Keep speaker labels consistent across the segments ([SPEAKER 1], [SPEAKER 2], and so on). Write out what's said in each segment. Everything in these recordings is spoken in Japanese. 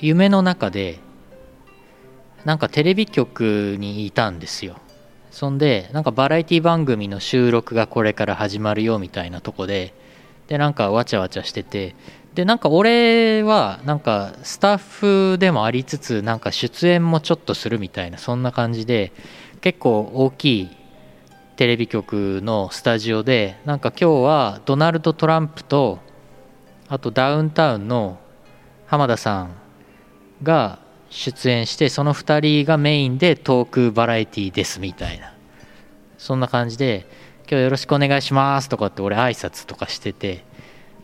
[SPEAKER 1] 夢の中でなんかテレビ局にいたんですよそんでなんかバラエティ番組の収録がこれから始まるよみたいなとこででなんかわちゃわちゃしててでなんか俺はなんかスタッフでもありつつなんか出演もちょっとするみたいなそんな感じで結構大きいテレビ局のスタジオでなんか今日はドナルド・トランプとあとダウンタウンの浜田さんが出演してその2人がメインでトークバラエティーですみたいなそんな感じで「今日よろしくお願いします」とかって俺挨拶とかしてて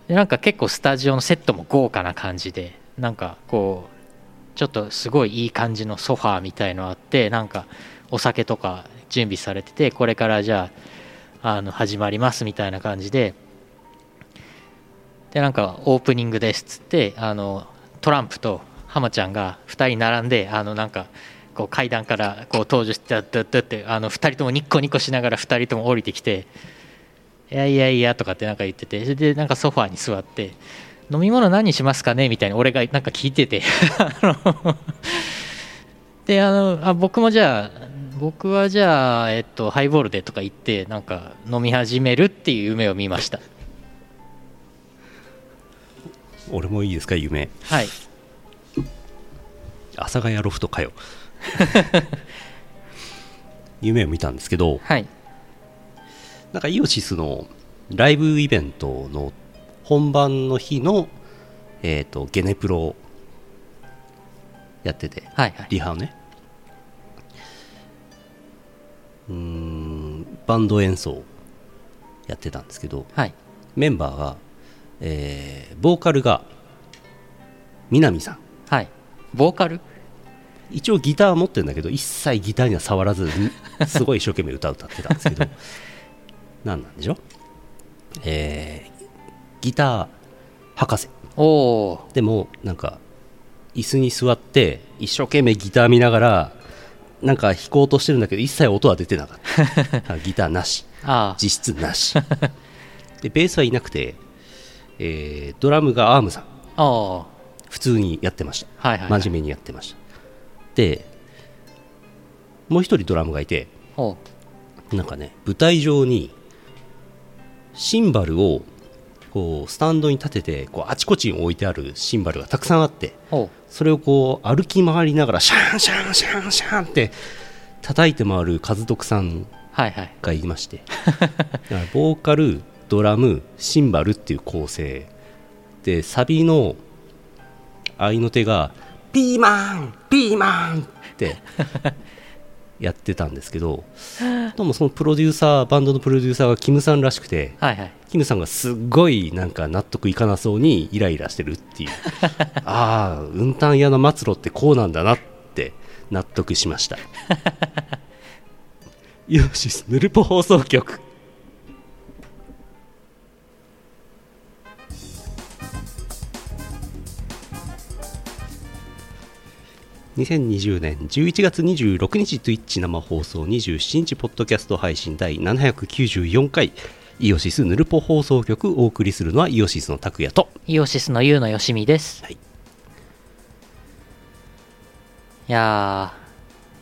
[SPEAKER 1] でなんか結構スタジオのセットも豪華な感じでなんかこうちょっとすごいいい感じのソファーみたいのあってなんかお酒とか準備されててこれからじゃああの始まりますみたいな感じででなんかオープニングですっつってあのトランプと浜ちゃんが2人並んであのなんかこう階段からこう登場してダッダッダッってあの2人ともニッコニコしながら2人とも降りてきて「いやいやいや」とかってなんか言っててそれでなんかソファーに座って「飲み物何にしますかね?」みたいに俺がなんか聞いててあのであのあ僕もじゃあ僕はじゃあ、えっと、ハイボールでとか言ってなんか飲み始めるっていう夢を見ました
[SPEAKER 2] 俺もいいですか夢
[SPEAKER 1] はい
[SPEAKER 2] 阿佐ヶ谷ロフトかよ夢を見たんですけど
[SPEAKER 1] はい
[SPEAKER 2] なんかイオシスのライブイベントの本番の日の、えー、とゲネプロをやってて
[SPEAKER 1] はいはい
[SPEAKER 2] リハをねうーんバンド演奏やってたんですけど
[SPEAKER 1] はい
[SPEAKER 2] メンバーが、えーボーカルが南さん
[SPEAKER 1] はいボーカル
[SPEAKER 2] 一応ギター持ってるんだけど一切ギターには触らずにすごい一生懸命歌を歌ってたんですけど 何なんでしょうえーギター博士
[SPEAKER 1] おお
[SPEAKER 2] でもなんか椅子に座って一生懸命ギター見ながらなんか弾こうとしてるんだけど一切音は出てなかったあギターなし
[SPEAKER 1] ーあ
[SPEAKER 2] 実質なしでベースはいなくて、えードラムがアームさん
[SPEAKER 1] あああ
[SPEAKER 2] 普通にやってました
[SPEAKER 1] はいはい、はい、
[SPEAKER 2] 真面目にやってました、でもう一人ドラムがいて
[SPEAKER 1] おう
[SPEAKER 2] なんかね舞台上にシンバルをこうスタンドに立ててこうあちこちに置いてあるシンバルがたくさんあって
[SPEAKER 1] おう
[SPEAKER 2] それをこう歩き回りながらシャンシャンシャンシャンって叩いて回る和徳さん
[SPEAKER 1] はいはい
[SPEAKER 2] がいましてだからボーカルドラムシンバルっていう構成でサビの合いの手が「ピーマンピーマン!」ってやってたんですけどどうもそのプロデューサーバンドのプロデューサーがキムさんらしくて
[SPEAKER 1] はいはい
[SPEAKER 2] キムさんがすっごいなんか納得いかなそうにイライラしてるっていうああ運搬屋の末路ってこうなんだなって納得しました イオシスヌルポ放送局2020年11月26日 Twitch 生放送27日ポッドキャスト配信第794回イオシスヌルポ放送局お送りするのはイオシスの拓也と
[SPEAKER 1] イオシスのユウのよしみです、
[SPEAKER 2] はい
[SPEAKER 1] い、や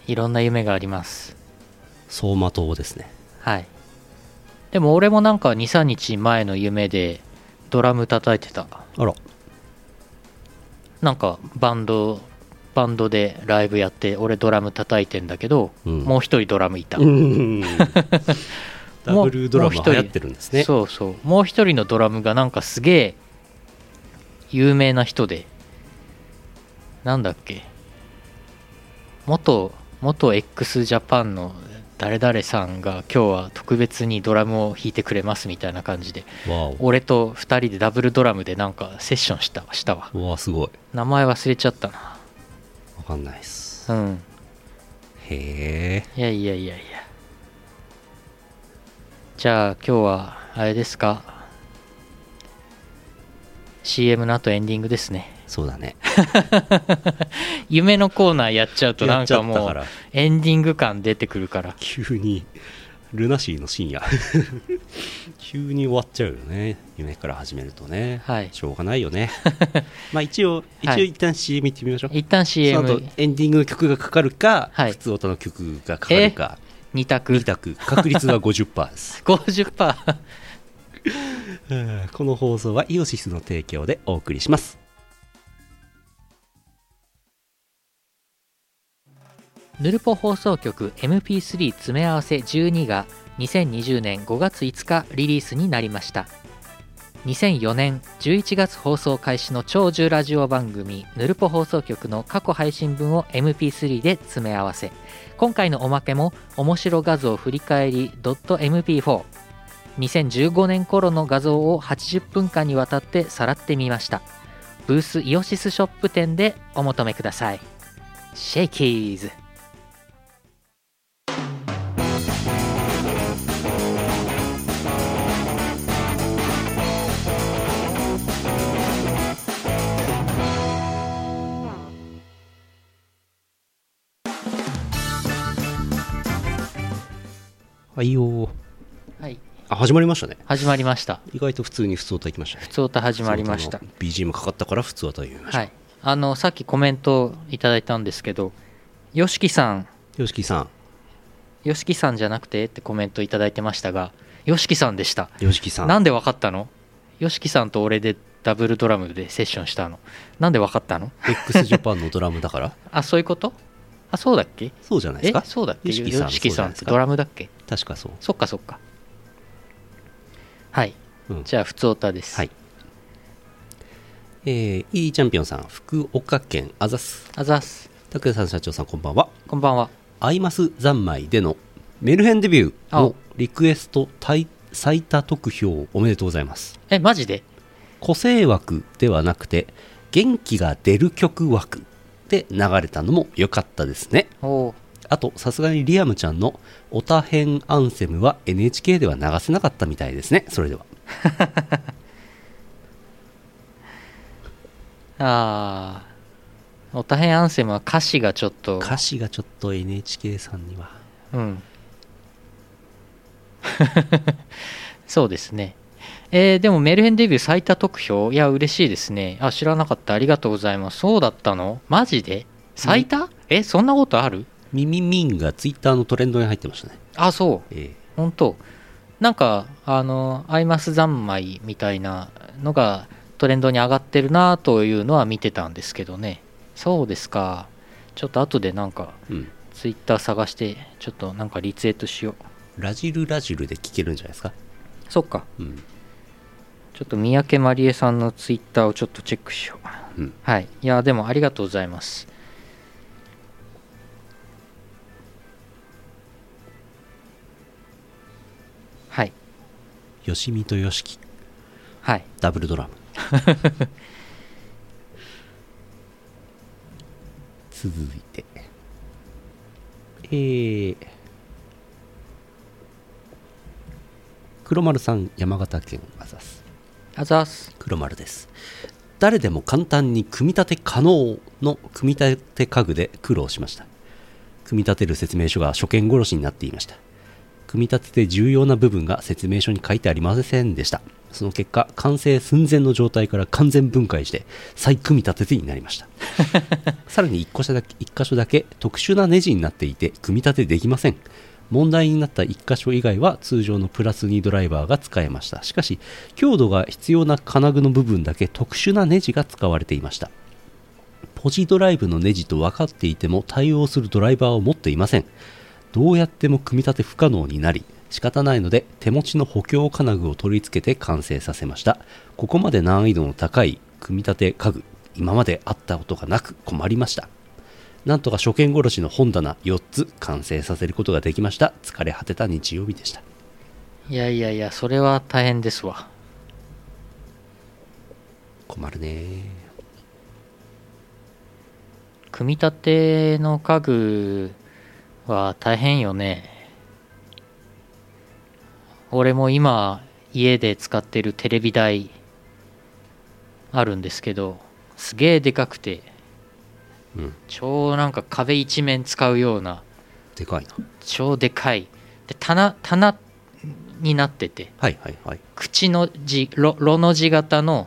[SPEAKER 1] ーいろんな夢があります
[SPEAKER 2] 相馬灯ですね
[SPEAKER 1] はいでも俺もなんか23日前の夢でドラム叩いてた
[SPEAKER 2] あら
[SPEAKER 1] なんかバンドバンドでライブやって俺ドラム叩いてんだけど、
[SPEAKER 2] うん
[SPEAKER 1] もう一人ドラムいた、
[SPEAKER 2] うん ダブルドラマ
[SPEAKER 1] もうもう一人
[SPEAKER 2] 流行ってるんですね
[SPEAKER 1] そうそうもう一人のドラムがなんかすげえ有名な人でなんだっけ元元 x ジャパンの誰々さんが今日は特別にドラムを弾いてくれますみたいな感じで
[SPEAKER 2] わー
[SPEAKER 1] 俺と二人でダブルドラムでなんかセッションしたしたわ
[SPEAKER 2] おわーすごい
[SPEAKER 1] 名前忘れちゃったな
[SPEAKER 2] わかんないっす
[SPEAKER 1] うん
[SPEAKER 2] へ
[SPEAKER 1] い
[SPEAKER 2] え
[SPEAKER 1] やいやいやいやじゃあ今日はあれですか CM の後エンディングですね
[SPEAKER 2] そうだね
[SPEAKER 1] 夢のコーナーやっちゃうとなんか
[SPEAKER 2] やっちゃった
[SPEAKER 1] も
[SPEAKER 2] か
[SPEAKER 1] う
[SPEAKER 2] ら
[SPEAKER 1] エンディング感出てくるから
[SPEAKER 2] 急にルナシーの深夜 急に終わっちゃうよね夢から始めるとね、
[SPEAKER 1] はい
[SPEAKER 2] しょうがない よねまあ一応一応
[SPEAKER 1] はい
[SPEAKER 2] 一旦 CM 行ってみましょう、
[SPEAKER 1] 一旦
[SPEAKER 2] その
[SPEAKER 1] CM
[SPEAKER 2] 後エンディングの曲がかかるか、
[SPEAKER 1] はい
[SPEAKER 2] 普通音の曲がかかるか
[SPEAKER 1] 2択
[SPEAKER 2] 二択確 率は50%です
[SPEAKER 1] 50%
[SPEAKER 2] うん この放送はイオシスの提供でお送りします
[SPEAKER 1] ヌルポ放送局 MP3 詰め合わせ12が2020年5月5日リリースになりました2004年11月放送開始の超重ラジオ番組「ヌルポ放送局」の過去配信分を MP3 で詰め合わせ今回のおまけも「面白画像振り返り .mp4」2015年頃の画像を80分間にわたってさらってみましたブースイオシスショップ店でお求めくださいシェイキーズ
[SPEAKER 2] はいよー
[SPEAKER 1] はい
[SPEAKER 2] あ始まりましたね
[SPEAKER 1] 始まりました。
[SPEAKER 2] 意外と普通に普通歌いきましたね
[SPEAKER 1] 普通歌始まりました
[SPEAKER 2] 普。通歌の BGM かかったから普通歌読みました、
[SPEAKER 1] はい。あの、さっきコメントいただいたんですけど、ヨシキさん、
[SPEAKER 2] よしきさん
[SPEAKER 1] ヨシキさんじゃなくてってコメントいただいてましたが、ヨシキさんでした。
[SPEAKER 2] よしきさん
[SPEAKER 1] なんでわかったのヨシキさんと俺でダブルドラムでセッションしたの。なんでわかったの
[SPEAKER 2] x ジャパンのドラムだから
[SPEAKER 1] あ、そういうことあ、そうだっけ
[SPEAKER 2] そうじゃないで
[SPEAKER 1] え
[SPEAKER 2] すか
[SPEAKER 1] そうだっけ
[SPEAKER 2] ヨシキさん
[SPEAKER 1] ヨシキさんっ
[SPEAKER 2] そうじゃないです
[SPEAKER 1] て
[SPEAKER 2] か
[SPEAKER 1] ドラムだっけ
[SPEAKER 2] 確かそう
[SPEAKER 1] そっかそっか。はい。
[SPEAKER 2] うん
[SPEAKER 1] じゃあ、普通歌です。
[SPEAKER 2] はいえー、いいチャンピオンさん福岡県あざす
[SPEAKER 1] あざっす。
[SPEAKER 2] 拓也さん社長さんこんばんは
[SPEAKER 1] こんばんは。
[SPEAKER 2] アイマス三昧でのメルヘンデビューのリクエスト対最多得票おめでとうございます
[SPEAKER 1] え、マジで
[SPEAKER 2] 個性枠ではなくて元気が出る曲枠で流れたのも良かったですね
[SPEAKER 1] おー
[SPEAKER 2] あとさすがにリアムちゃんの「オタ編アンセム」は NHK では流せなかったみたいですねそれでは
[SPEAKER 1] ああ、おたへんアンセムは歌詞がちょっと、
[SPEAKER 2] 歌詞がちょっと NHK さんには
[SPEAKER 1] うん。そうですね。えーでもメルヘンデビュー最多得票いや、嬉しいですね。あ、知らなかった。ありがとうございます。そうだったのマジで最多、え、そんなことある
[SPEAKER 2] ミミミンがツイッターのトレンドに入ってましたね、
[SPEAKER 1] あ、そう。
[SPEAKER 2] え
[SPEAKER 1] 本当なんかあのアイマス三昧みたいなのがトレンドに上がってるなというのは見てたんですけどねそうですかちょっと後でなんか
[SPEAKER 2] えうん
[SPEAKER 1] ツイッター探してちょっとなんかリツイートしよう
[SPEAKER 2] ラジルラジルで聴けるんじゃないですか
[SPEAKER 1] そっか
[SPEAKER 2] うん
[SPEAKER 1] ちょっと三宅まりえさんのツイッターをちょっとチェックしよう
[SPEAKER 2] うん
[SPEAKER 1] はいいやでもありがとうございますはい
[SPEAKER 2] よしみとよしき
[SPEAKER 1] はい
[SPEAKER 2] ダブル ドラム続いてえー、黒丸さん山形県あざす
[SPEAKER 1] あざーす
[SPEAKER 2] 黒丸です誰でも簡単に組み立て可能の組み立て家具で苦労しました組み立てる説明書が初見殺しになっていました組み立てて重要な部分が説明書に書いてありませんでしたその結果完成寸前の状態から完全分解して再組み立ててになりましたさらに1箇所だけ一箇所だけ特殊なネジになっていて組み立てできません問題になった1箇所以外は通常のプラス2ドライバーが使えましたしかし強度が必要な金具の部分だけ特殊なネジが使われていましたポジドライブのネジと分かっていても対応するドライバーを持っていませんどうやっても組み立て不可能になり仕方ないので手持ちの補強金具を取り付けて完成させましたここまで難易度の高い組み立て家具今まであったことがなく困りましたなんとか初見殺しの本棚4つ完成させることができました疲れ果てた日曜日でした
[SPEAKER 1] いやいやいや、それは大変ですわ。
[SPEAKER 2] 困るね
[SPEAKER 1] 組み立ての家具は大変よね。俺も今、家で使ってるテレビ台あるんですけど、すげえでかくて、
[SPEAKER 2] うん
[SPEAKER 1] 超なんか壁一面使うような、
[SPEAKER 2] でかいな
[SPEAKER 1] 超でかいで棚棚になってて
[SPEAKER 2] はいはいはい
[SPEAKER 1] 口の字ろろの字型の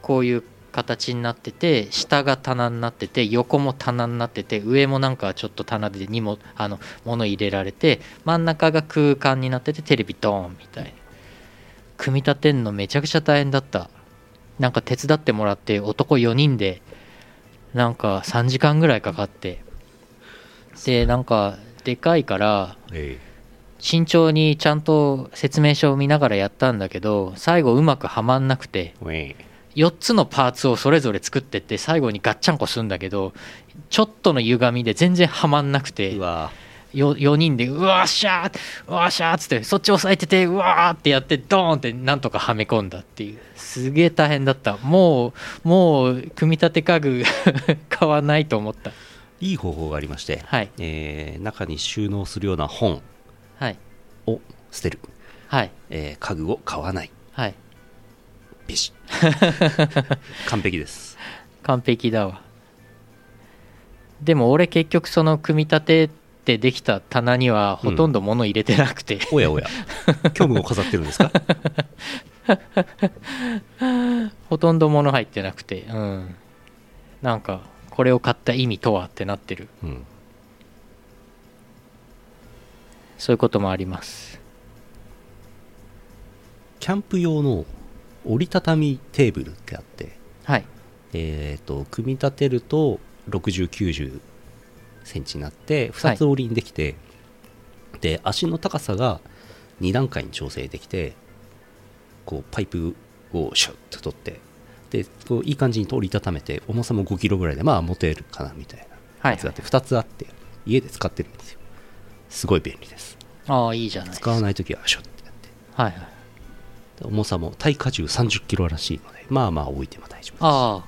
[SPEAKER 1] こういう形になってて下が棚になってて横も棚になってて上もなんかちょっと棚で荷物あの物入れられて真ん中が空間になっててテレビドーンみたいな組み立てんのめちゃくちゃ大変だったなんか手伝ってもらって男4人でなんか3時間ぐらいかかってでなんかでかいから
[SPEAKER 2] え
[SPEAKER 1] 慎重にちゃんと説明書を見ながらやったんだけど最後うまくはまんなくて
[SPEAKER 2] ええ
[SPEAKER 1] 4つのパーツをそれぞれ作ってって最後にガッチャンコするんだけどちょっとの歪みで全然はまんなくて
[SPEAKER 2] うわ
[SPEAKER 1] 4, 人でうわっしゃーうわっしゃーっつってそっち押さえててうわーってやってドーンってなんとかはめ込んだっていうすげえ大変だったもうもう組み立て家具 買わないと思った
[SPEAKER 2] いい方法がありまして、
[SPEAKER 1] はい
[SPEAKER 2] えー中に収納するような本
[SPEAKER 1] はい
[SPEAKER 2] を捨てる、
[SPEAKER 1] はい
[SPEAKER 2] えー家具を買わない
[SPEAKER 1] はい
[SPEAKER 2] ビ シッ完璧です
[SPEAKER 1] 完璧だわでも俺結局その組み立ててできた棚にはほとんど物入れてなくて、
[SPEAKER 2] おやおや虚無を飾ってるん ですか
[SPEAKER 1] ほとんど物入ってなくてうんなんかこれを買った意味とはってなってる
[SPEAKER 2] うん
[SPEAKER 1] そういうこともあります
[SPEAKER 2] キャンプ用の折りたたみテーブルってあって
[SPEAKER 1] はい
[SPEAKER 2] えー、と組み立てると6090センチになって2つ折りにできて、で足の高さが2段階に調整できてこうパイプをシュッと取ってでこういい感じに折りたためて重さも5キロぐらいでまあ持てるかなみたいな
[SPEAKER 1] はい
[SPEAKER 2] やつがあって2つあって家で使ってるんですよすごい便利です
[SPEAKER 1] ああいいじゃないです
[SPEAKER 2] 使
[SPEAKER 1] か
[SPEAKER 2] わ
[SPEAKER 1] はい
[SPEAKER 2] ない時はシュッてやって
[SPEAKER 1] はい
[SPEAKER 2] で重さも耐荷重3 0キロらしいのでまあまあ置いても大丈夫です
[SPEAKER 1] あ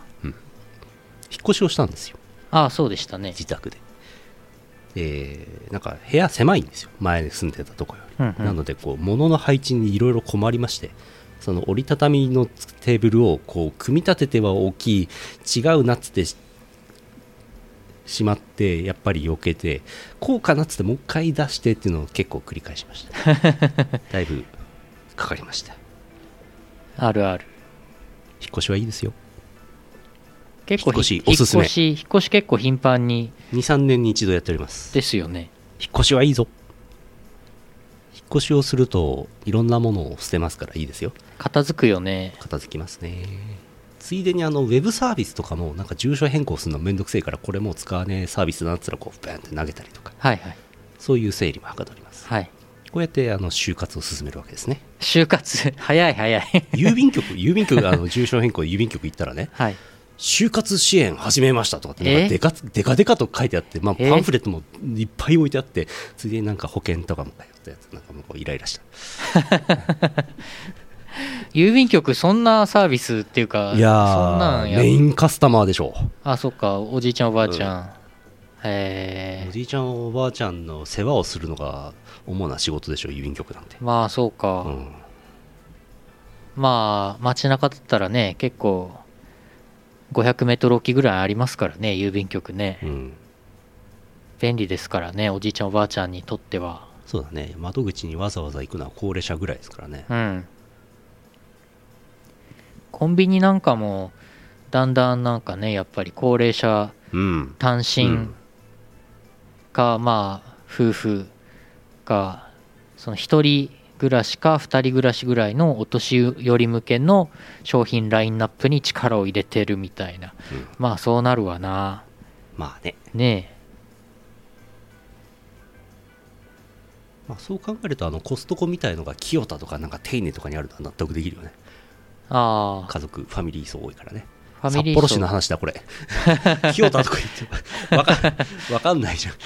[SPEAKER 2] 引っ越しをしたんですよ
[SPEAKER 1] あああそうでしたね
[SPEAKER 2] 自宅で。えーなんか部屋狭いんですよ前に住んでたとこより、
[SPEAKER 1] うんうん
[SPEAKER 2] なのでこう物の配置にいろいろ困りましてその折りたたみのテーブルをこう組み立てては大きい違うなっつってししまってやっぱり避けてこうかなっつってもう一回出してっていうのを結構繰り返しました だいぶかかりました
[SPEAKER 1] あるある
[SPEAKER 2] 引っ越しはいいですよ
[SPEAKER 1] 結構
[SPEAKER 2] 引っ越し
[SPEAKER 1] 引
[SPEAKER 2] おすすめ
[SPEAKER 1] 引っ越し引っ越し結構頻繁に
[SPEAKER 2] 23年に一度やっております
[SPEAKER 1] ですよね
[SPEAKER 2] 引っ越しはいいぞ引っ越しをするといろんなものを捨てますからいいですよ
[SPEAKER 1] 片付くよね
[SPEAKER 2] 片付きますねついでにあのウェブサービスとかもなんか住所変更するのめんどくせえからこれもう使わねえサービスだなっつったらこうバーンって投げたりとか
[SPEAKER 1] はいはい
[SPEAKER 2] そういう整理もはかどります
[SPEAKER 1] はい
[SPEAKER 2] こうやってあの就活を進めるわけ ですね
[SPEAKER 1] 就活 早い早い
[SPEAKER 2] 郵便局郵便局があの住所変更で郵便局行ったらね
[SPEAKER 1] はい
[SPEAKER 2] 就活支援始めましたとかってなん
[SPEAKER 1] え
[SPEAKER 2] かでかでかでかと書いてあって、まあ、
[SPEAKER 1] え
[SPEAKER 2] パンフレットもいっぱい置いてあってついでになんか保険とかも通ったやつなんかもうこうイライラした
[SPEAKER 1] 郵便局そんなサービスっていうか
[SPEAKER 2] いや
[SPEAKER 1] そんな
[SPEAKER 2] ー
[SPEAKER 1] んや
[SPEAKER 2] メインカスタマーでしょ
[SPEAKER 1] あそっかおじいちゃんおばあちゃん、へ
[SPEAKER 2] お
[SPEAKER 1] え
[SPEAKER 2] じいちゃんおばあちゃんの世話をするのが主な仕事でしょ郵便局なんて、
[SPEAKER 1] まあそうか、
[SPEAKER 2] うん、
[SPEAKER 1] まあ街中だったらね結構500メートル置きぐらいありますからね郵便局ね
[SPEAKER 2] うん、
[SPEAKER 1] 便利ですからねおじいちゃんおばあちゃんにとっては
[SPEAKER 2] そうだね窓口にわざわざ行くのは高齢者ぐらいですからね
[SPEAKER 1] うんコンビニなんかもだんだんなんかねやっぱり高齢者
[SPEAKER 2] うん
[SPEAKER 1] 単
[SPEAKER 2] う
[SPEAKER 1] 身
[SPEAKER 2] ん
[SPEAKER 1] か、まあ夫婦かその1人暮らしか2人暮らしぐらいのお年寄り向けの商品ラインナップに力を入れてるみたいな、
[SPEAKER 2] うん
[SPEAKER 1] まあそうなるわな
[SPEAKER 2] まあね、
[SPEAKER 1] ね
[SPEAKER 2] まあ、そう考えるとあのコストコみたいのが清田とかなんか丁寧とかにあるのは納得できるよね
[SPEAKER 1] えあ
[SPEAKER 2] 家族ファミリー層多いからね
[SPEAKER 1] あファミリー
[SPEAKER 2] 札幌市
[SPEAKER 1] 層
[SPEAKER 2] の 話だこれ清田とか言ってわかんわかんないじゃん
[SPEAKER 1] い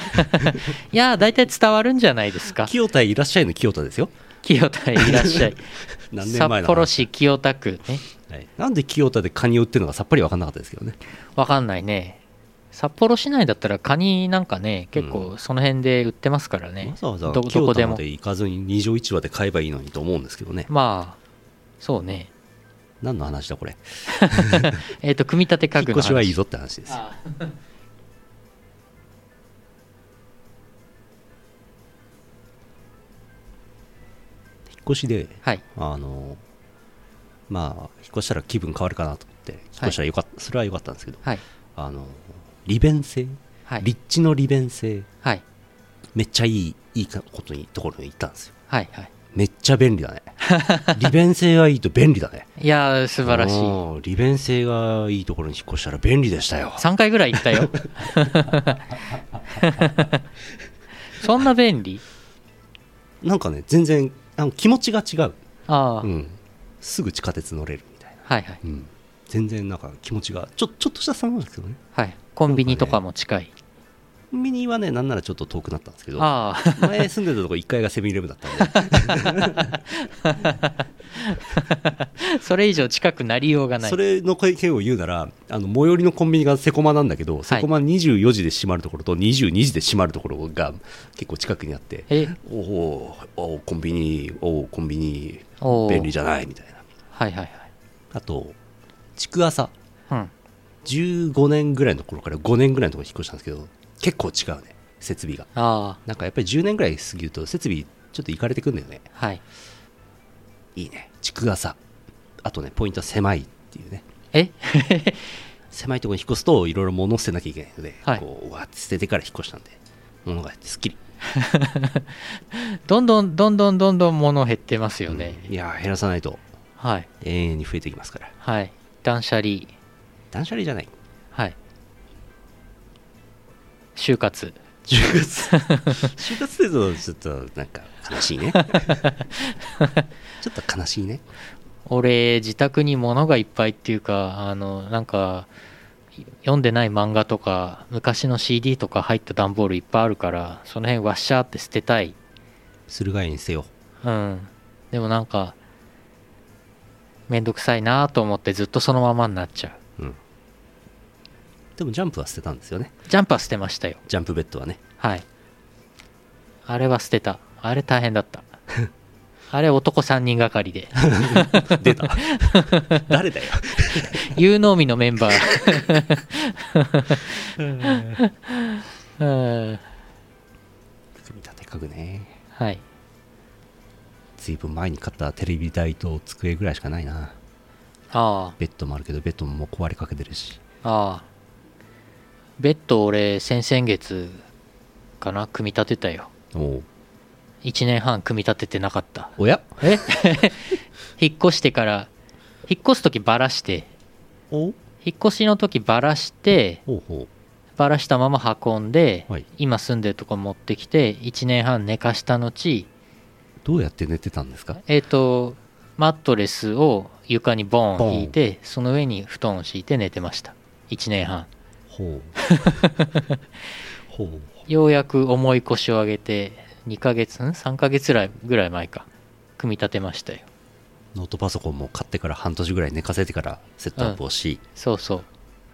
[SPEAKER 1] や大体伝わるんじゃないですか
[SPEAKER 2] 清田へいらっしゃいの清田ですよ
[SPEAKER 1] 清田へいらっしゃい
[SPEAKER 2] 何年
[SPEAKER 1] 札
[SPEAKER 2] 前の話
[SPEAKER 1] 幌市清田区ね
[SPEAKER 2] はいなんで清田でカニを売ってるのかさっぱり分かんなかったですけどね
[SPEAKER 1] わかんないね札幌市内だったらカニなんかね結構その辺で売ってますからね、
[SPEAKER 2] わざわざ
[SPEAKER 1] どど
[SPEAKER 2] 京
[SPEAKER 1] こで
[SPEAKER 2] 都ま
[SPEAKER 1] も
[SPEAKER 2] で行かずに二条市場で買えばいいのにと思うんですけどね
[SPEAKER 1] まあそうね
[SPEAKER 2] 何の話だ これ
[SPEAKER 1] えっ、と、組み立て家
[SPEAKER 2] 引っ
[SPEAKER 1] 具の
[SPEAKER 2] 越
[SPEAKER 1] 話
[SPEAKER 2] しはいいぞって話ですよ
[SPEAKER 1] ああ
[SPEAKER 2] 越しで
[SPEAKER 1] はい
[SPEAKER 2] あのまあ引っ越したら気分変わるかなと思って引っ越したらよかった、それは良かったんですけど
[SPEAKER 1] はい
[SPEAKER 2] あの利便性、
[SPEAKER 1] はい
[SPEAKER 2] 立地の利便性
[SPEAKER 1] はい
[SPEAKER 2] めっちゃいいいいかことにところに行ったんですよ
[SPEAKER 1] はいはい
[SPEAKER 2] めっちゃ便利だね 利便性がいいと便利だね
[SPEAKER 1] いやー素晴らしい
[SPEAKER 2] い利便性がいいところに引っ越したら便利でしたよ
[SPEAKER 1] 3回ぐらい行ったよ そんな便利
[SPEAKER 2] なんかね全然あの気持ちが違う、
[SPEAKER 1] ああ、
[SPEAKER 2] うん、すぐ地下鉄乗れるみたいな、
[SPEAKER 1] はいはい
[SPEAKER 2] うん、全然なんか気持ちがちょちょっとした差なんですけどね
[SPEAKER 1] はいコンビニとかも近い、
[SPEAKER 2] コンビニはねなんならちょっと遠くなったんですけど
[SPEAKER 1] ああ
[SPEAKER 2] 前住んでたとこ1階がセブンイレブンだったんで
[SPEAKER 1] それ以上近くなりようがない
[SPEAKER 2] それの経験を言うならあの最寄りのコンビニがセコマなんだけどセコマ24時で閉まるところと22時で閉まるところが結構近くにあって
[SPEAKER 1] え
[SPEAKER 2] おおおおコンビニおおコンビニ
[SPEAKER 1] おお
[SPEAKER 2] 便利じゃないみたいな
[SPEAKER 1] はいはい
[SPEAKER 2] あと築浅
[SPEAKER 1] はいうん
[SPEAKER 2] 15年ぐらいの頃から5年ぐらいのところに引っ越したんですけど結構違うね設備が
[SPEAKER 1] あ
[SPEAKER 2] なんかやっぱり10年ぐらい過ぎると設備ちょっといかれてくんだよね
[SPEAKER 1] あはい
[SPEAKER 2] いいね築浅あとねポイントは狭いっていうね
[SPEAKER 1] え
[SPEAKER 2] 狭いところに引っ越すといろいろ物を捨てなきゃいけないので、
[SPEAKER 1] はい
[SPEAKER 2] こうわーって捨ててから引っ越したんで物が減ってすっきり
[SPEAKER 1] どんどんどんどんどんどん物減ってますよね、
[SPEAKER 2] いやー減らさないと
[SPEAKER 1] はい
[SPEAKER 2] 永遠に増えていきますから
[SPEAKER 1] はい断捨離
[SPEAKER 2] 断捨離じゃない
[SPEAKER 1] はい就活
[SPEAKER 2] 10月 就活生とちょっとなんか悲し いねちょっと悲しいね
[SPEAKER 1] 俺自宅に物がいっぱいっていうかあのなんか読んでない漫画とか昔の CD とか入った段ボールいっぱいあるからその辺ワッシャーって捨てたい
[SPEAKER 2] 駿河園にせよ
[SPEAKER 1] うんでもなんかめんどくさいなと思ってずっとそのままになっちゃう
[SPEAKER 2] うんでもジャンプは捨てたんですよね
[SPEAKER 1] ジャンパー捨てましたよ
[SPEAKER 2] ジャンプベッド はね
[SPEAKER 1] はいあれは捨てたあれ大変だった あれ男3人がかりで
[SPEAKER 2] 出た誰 だよ
[SPEAKER 1] 有能美のメンバーうん
[SPEAKER 2] 組み立て家具ね
[SPEAKER 1] はい
[SPEAKER 2] ずいぶん前に買ったテレビ台と机ぐらいしかないな
[SPEAKER 1] あ
[SPEAKER 2] ベッドもあるけどベッドももう壊れかけてるし
[SPEAKER 1] あああベッド俺先々月かな組み立てたよ
[SPEAKER 2] おう
[SPEAKER 1] 1年半組み立ててなかった
[SPEAKER 2] おや
[SPEAKER 1] え 引っ越してから引っ越す時バラして
[SPEAKER 2] お
[SPEAKER 1] 引っ越しの時バラして
[SPEAKER 2] ほうほ
[SPEAKER 1] バラしたまま運んで、
[SPEAKER 2] はい
[SPEAKER 1] 今住んでるとこ持ってきて1年半寝かした後
[SPEAKER 2] うどうやって寝てたんですか
[SPEAKER 1] えっ、とマットレスを床にボーン引いてその上に布団を敷いて寝てました1年半
[SPEAKER 2] ほうほう
[SPEAKER 1] ようやく重い腰を上げて2ヶ月ん3ヶ月ぐらいぐらい前か組み立てましたよ
[SPEAKER 2] ノートパソコンも買ってから半年ぐらい寝かせてからセットアップをし、
[SPEAKER 1] そうそう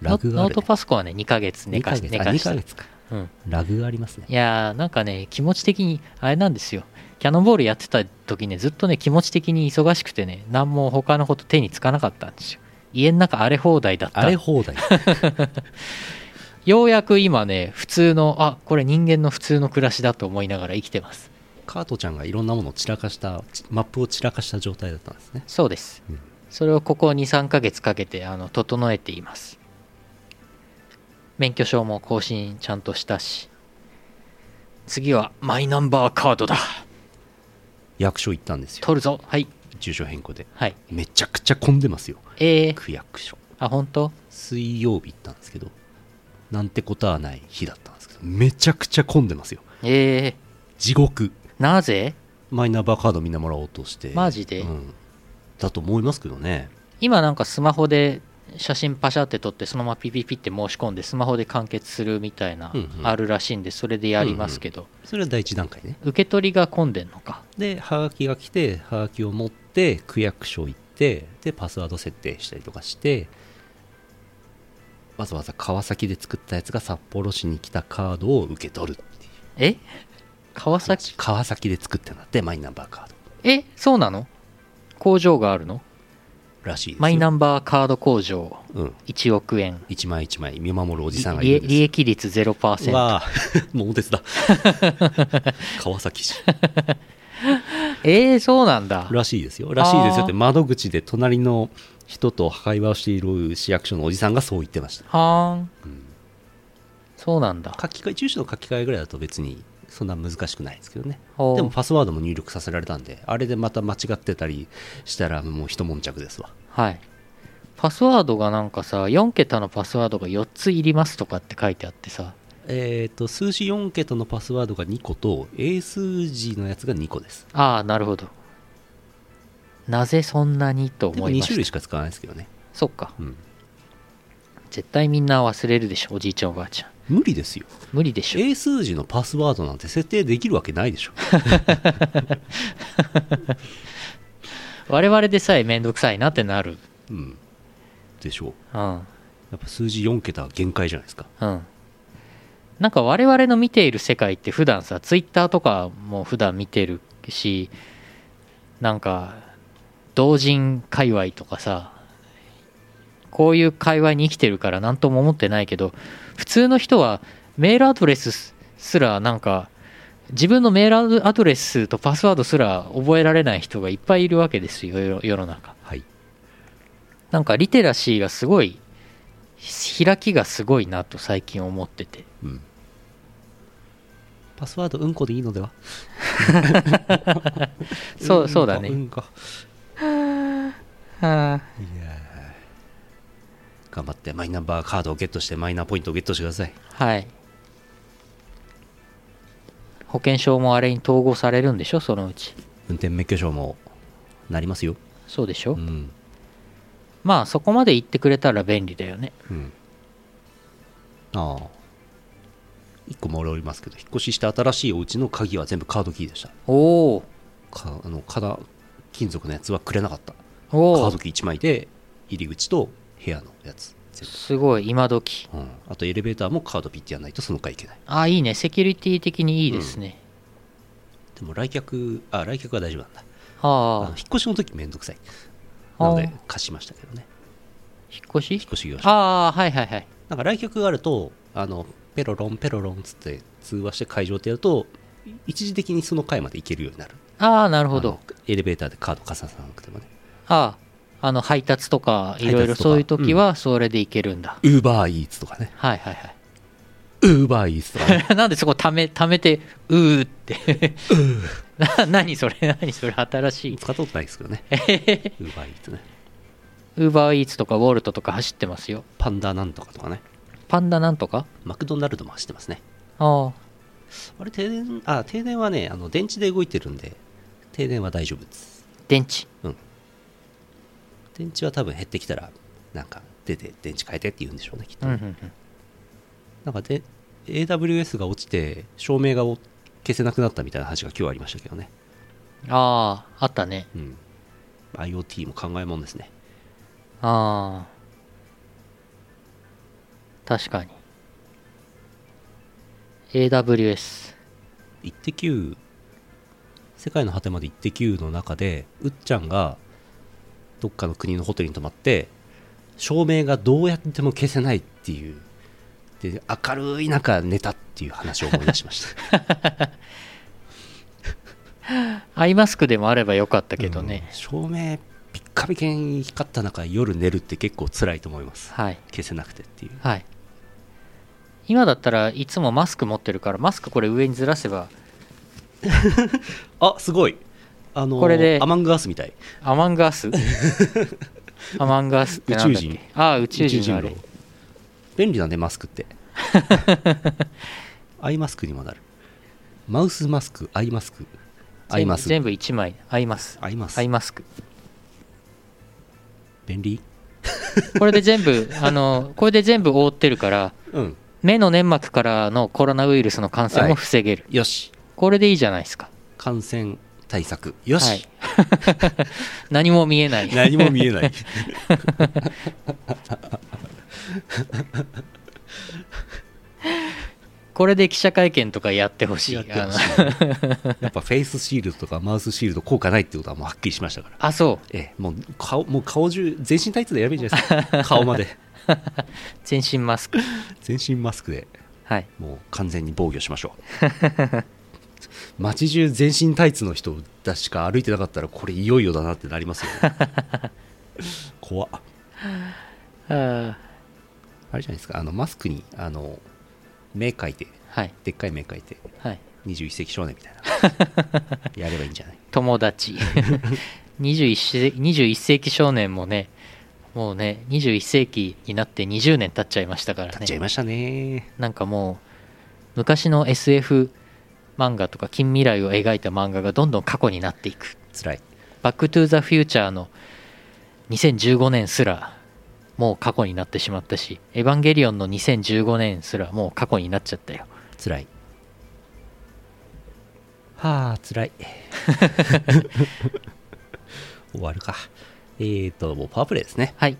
[SPEAKER 2] ラグが
[SPEAKER 1] ノ
[SPEAKER 2] あ
[SPEAKER 1] ノ
[SPEAKER 2] る、
[SPEAKER 1] ートパソコンはね2ヶ月寝
[SPEAKER 2] 2ヶ
[SPEAKER 1] かし
[SPEAKER 2] 月
[SPEAKER 1] 寝
[SPEAKER 2] あ
[SPEAKER 1] か
[SPEAKER 2] 2
[SPEAKER 1] した
[SPEAKER 2] ヶ
[SPEAKER 1] い
[SPEAKER 2] 月か
[SPEAKER 1] うん、
[SPEAKER 2] ラグがありますね
[SPEAKER 1] いやーなんかね気持ち的にあれなんですよキャノンボールやってた時ねずっとね気持ち的に忙しくてね何も他のこと手につかなかったんですよ家の中荒れ放題だった
[SPEAKER 2] あれ放題
[SPEAKER 1] ようやく今ね普通のあこれ人間の普通の暮らしだと思いながら生きてます
[SPEAKER 2] カートちゃんがいろんなものを散らかしたちマップを散らかした状態だったんですね
[SPEAKER 1] そうです、
[SPEAKER 2] うん
[SPEAKER 1] それをここ23ヶ月かけてあの整えています免許証も更新ちゃんとしたし次はマイナンバーカードだ
[SPEAKER 2] 役所行ったんですよ
[SPEAKER 1] 取るぞはい
[SPEAKER 2] 住所変更で
[SPEAKER 1] はい
[SPEAKER 2] めちゃくちゃ混んでますよ
[SPEAKER 1] えー、
[SPEAKER 2] 区役所
[SPEAKER 1] あ本当
[SPEAKER 2] 水曜日行ったんですけどなんてことはない日だったんですけどめちゃくちゃ混んでますよ
[SPEAKER 1] え
[SPEAKER 2] 地獄
[SPEAKER 1] ー、なぜ
[SPEAKER 2] マイナンバーカードみんなもらおうとして
[SPEAKER 1] マジで
[SPEAKER 2] うん、だと思いますけどね
[SPEAKER 1] 今なんかスマホで写真パシャって撮ってそのままピピピって申し込んでスマホで完結するみたいな
[SPEAKER 2] うんうん
[SPEAKER 1] あるらしいんでそれでやりますけど、
[SPEAKER 2] それは第一段階ね
[SPEAKER 1] 受け取りが混んでんのか
[SPEAKER 2] でハガキが来てハガキを持って区役所行ってでパスワード設定したりとかしてわざわざ川崎で作ったやつが札幌市に来たカードを受け取るっていう
[SPEAKER 1] え川崎
[SPEAKER 2] 川崎で作ってなってマイナンバーカード
[SPEAKER 1] えそうなの工場があるの
[SPEAKER 2] らしいですよ
[SPEAKER 1] マイナンバーカード工場
[SPEAKER 2] うん
[SPEAKER 1] 1億円
[SPEAKER 2] 一枚一枚見守るおじさんがい
[SPEAKER 1] 利益
[SPEAKER 2] るんです
[SPEAKER 1] 利益率0%
[SPEAKER 2] わあ桃鉄だ川崎市
[SPEAKER 1] えー、そうなんだ
[SPEAKER 2] らしいですよらしいですよって窓口で隣の人と会話をしている市役所のおじさんがそう言ってました
[SPEAKER 1] はん、そうなんだ
[SPEAKER 2] 書き換え住所の書き換えぐらいだと別にそんな難しくないですけどね
[SPEAKER 1] ほう
[SPEAKER 2] でもパスワードも入力させられたんであれでまた間違ってたりしたらもう一悶着ですわ
[SPEAKER 1] はいパスワードがなんかさ4桁のパスワードが4ついりますとかって書いてあってさ
[SPEAKER 2] えっ、と数字4桁のパスワードが2個と英数字のやつが2個です
[SPEAKER 1] ああなるほどなぜそんなにと
[SPEAKER 2] でも
[SPEAKER 1] 思い
[SPEAKER 2] 2
[SPEAKER 1] ま
[SPEAKER 2] 種
[SPEAKER 1] し
[SPEAKER 2] 類
[SPEAKER 1] た
[SPEAKER 2] しか使わないですけどね
[SPEAKER 1] そっか
[SPEAKER 2] うん
[SPEAKER 1] 絶対みんな忘れるでしょおじいちゃんおばあちゃん
[SPEAKER 2] 無理ですよ
[SPEAKER 1] 無理でしょ
[SPEAKER 2] 英数字のパスワードなんて設定できるわけないでしょ
[SPEAKER 1] 我々でさえめんどくさいなってなる
[SPEAKER 2] うんでしょ
[SPEAKER 1] う
[SPEAKER 2] う
[SPEAKER 1] ん
[SPEAKER 2] やっぱ数字4桁は限界じゃないですか
[SPEAKER 1] うんなんか我々の見ている世界って普段さツイッターとかも普段見てるしなんか同人界隈とかさこういう界隈に生きてるから何とも思ってないけど普通の人はメールアドレスすらなんか自分のメールアドレスとパスワードすら覚えられない人がいっぱいいるわけですよ世世の中
[SPEAKER 2] はい
[SPEAKER 1] なんかリテラシーがすごい開きがすごいなと最近思ってて
[SPEAKER 2] うんパスワードうんこでいいのでは
[SPEAKER 1] そうん
[SPEAKER 2] こ
[SPEAKER 1] そうだね
[SPEAKER 2] うんこ
[SPEAKER 1] あ
[SPEAKER 2] いやー頑張ってマイナンバーカードをゲットしてマイナポイントをゲットしてください
[SPEAKER 1] はい保険証もあれに統合されるんでしょそのうち
[SPEAKER 2] 運転免許証もなりますよ
[SPEAKER 1] そうでしょ、
[SPEAKER 2] うん、
[SPEAKER 1] まあそこまで言ってくれたら便利だよね
[SPEAKER 2] うん、ああ1個もらいますけど引っ越しして新しいお家の鍵は全部カードキーでした
[SPEAKER 1] おー
[SPEAKER 2] かあの金金属のやつはくれなかったカ
[SPEAKER 1] お
[SPEAKER 2] ード
[SPEAKER 1] ー
[SPEAKER 2] キー1枚で入り口と部屋のやつ全
[SPEAKER 1] すごい今時
[SPEAKER 2] 部、うん、あとエレベーターもカードピッてやらないとその回いけない
[SPEAKER 1] あいいねセキュリティ的にいいですね、
[SPEAKER 2] でも来客あ来客は大丈夫なんだあの
[SPEAKER 1] は
[SPEAKER 2] 引っ越しの時めんどくさい
[SPEAKER 1] あ
[SPEAKER 2] なので
[SPEAKER 1] あ
[SPEAKER 2] 貸しましたけどね
[SPEAKER 1] 引っ越し
[SPEAKER 2] 引っ越し業者
[SPEAKER 1] ああはいはいはい
[SPEAKER 2] なんか来客があるとあのペロロンペロロンつって通話して会場ってやるとい一時的にその階まで行けるようになる
[SPEAKER 1] ああなるほ
[SPEAKER 2] あ
[SPEAKER 1] ど
[SPEAKER 2] のエレベーターでカードかさなくてもね
[SPEAKER 1] あああの配達とかいろいろ
[SPEAKER 2] 配達とか
[SPEAKER 1] そういう時はそれでいけるんだ、
[SPEAKER 2] ウーバーイーツとかね
[SPEAKER 1] はいはいはい
[SPEAKER 2] ウーバーイーツとかね
[SPEAKER 1] なんでそこため、ためて、うーって。 な、なにそれ、なにそれ、新しい。
[SPEAKER 2] 使ったことないですけど ねウーバーイーツね
[SPEAKER 1] ウーバーイーツとかウォルトとか走ってますよ。
[SPEAKER 2] パンダなんとかとかね
[SPEAKER 1] パンダなんとか
[SPEAKER 2] マクドナルドも走ってますね
[SPEAKER 1] ああ。
[SPEAKER 2] あれ停電あ停電はねあの電池で動いてるんで停電は大丈夫です
[SPEAKER 1] 電池。
[SPEAKER 2] 電池は多分減ってきたらなんか出て電池変えてって言うんでしょうねきっ
[SPEAKER 1] う
[SPEAKER 2] と、
[SPEAKER 1] んうんうん。
[SPEAKER 2] なんかで AWS が落ちて照明がお消せなくなったみたいな話が今日ありましたけどね、
[SPEAKER 1] ああ、あったね。
[SPEAKER 2] うん、IoT も考えもんですね
[SPEAKER 1] ああ。確かに。AWS。
[SPEAKER 2] 「イッテ Q」世界の果てまで「イッテ Q」の中でうっちゃんがどっかの国のホテルに泊まって照明がどうやっても消せないっていうで明るい中寝たっていう話を思い出しま した
[SPEAKER 1] アイマスクでもあればよかったけど
[SPEAKER 2] う
[SPEAKER 1] ね
[SPEAKER 2] ん。照明ピッカピカに光った中夜寝るって結構辛いと思います
[SPEAKER 1] はい。
[SPEAKER 2] 消せなくてっていう
[SPEAKER 1] はい。今だったらいつもマスク持ってるから、マスクこれ上にずらせば、
[SPEAKER 2] あすごいあのー
[SPEAKER 1] これで
[SPEAKER 2] アマングアスみたい
[SPEAKER 1] アマンガー スアマンガースってなんだっけ
[SPEAKER 2] 宇宙人
[SPEAKER 1] ああ宇宙人のあれ
[SPEAKER 2] 宇宙人便利だねマスクって アイマスクにもなるマウスマスクアイマスクアイマス
[SPEAKER 1] 全部1枚合います
[SPEAKER 2] アイマス
[SPEAKER 1] 合いますく
[SPEAKER 2] 便利
[SPEAKER 1] これで全 部あのこれで全部覆ってるから
[SPEAKER 2] うん
[SPEAKER 1] 目の粘膜からのコロナウイルスの感染も防げる、
[SPEAKER 2] よし
[SPEAKER 1] これでいいじゃないですか
[SPEAKER 2] 感染対策よし、
[SPEAKER 1] はい 何も見えない
[SPEAKER 2] 何も見えない
[SPEAKER 1] これで記者会見とかやってほしい
[SPEAKER 2] や
[SPEAKER 1] あ
[SPEAKER 2] ってほ
[SPEAKER 1] の
[SPEAKER 2] しいやっぱフェイスシールドとかマウスシールド効果ないってことはもうはっきりしましたから
[SPEAKER 1] あそう
[SPEAKER 2] ええもう顔もう顔中全身タイツでやべえじゃないですか顔 まで
[SPEAKER 1] 全身マスク
[SPEAKER 2] 全身マスクで
[SPEAKER 1] はい
[SPEAKER 2] もう完全に防御しましょう街中全身タイツの人だしか歩いてなかったらこれいよいよだなってなりますよ ね怖っ
[SPEAKER 1] あ
[SPEAKER 2] あれじゃないですかあのマスクにあの目描いて
[SPEAKER 1] ーはい
[SPEAKER 2] でっかい目描いて
[SPEAKER 1] はい
[SPEAKER 2] 21世紀少年みたい なやればいいんじゃない
[SPEAKER 1] 友 達 21, 世21世紀少年もねもうね21世紀になって20年経っちゃいましたから
[SPEAKER 2] 経っちゃい
[SPEAKER 1] ね
[SPEAKER 2] ましたね
[SPEAKER 1] なんかもう昔の SF 漫画とか近未来を描いた漫画がどんどん過去になっていく
[SPEAKER 2] 辛い
[SPEAKER 1] 「バック・トゥ・ザ・フューチャー」の2015年すらもう過去になってしまったし「エヴァンゲリオン」の2015年すらもう過去になっちゃったよ
[SPEAKER 2] 辛いはあ 辛い終わるかえーともうパワープレイですね
[SPEAKER 1] はい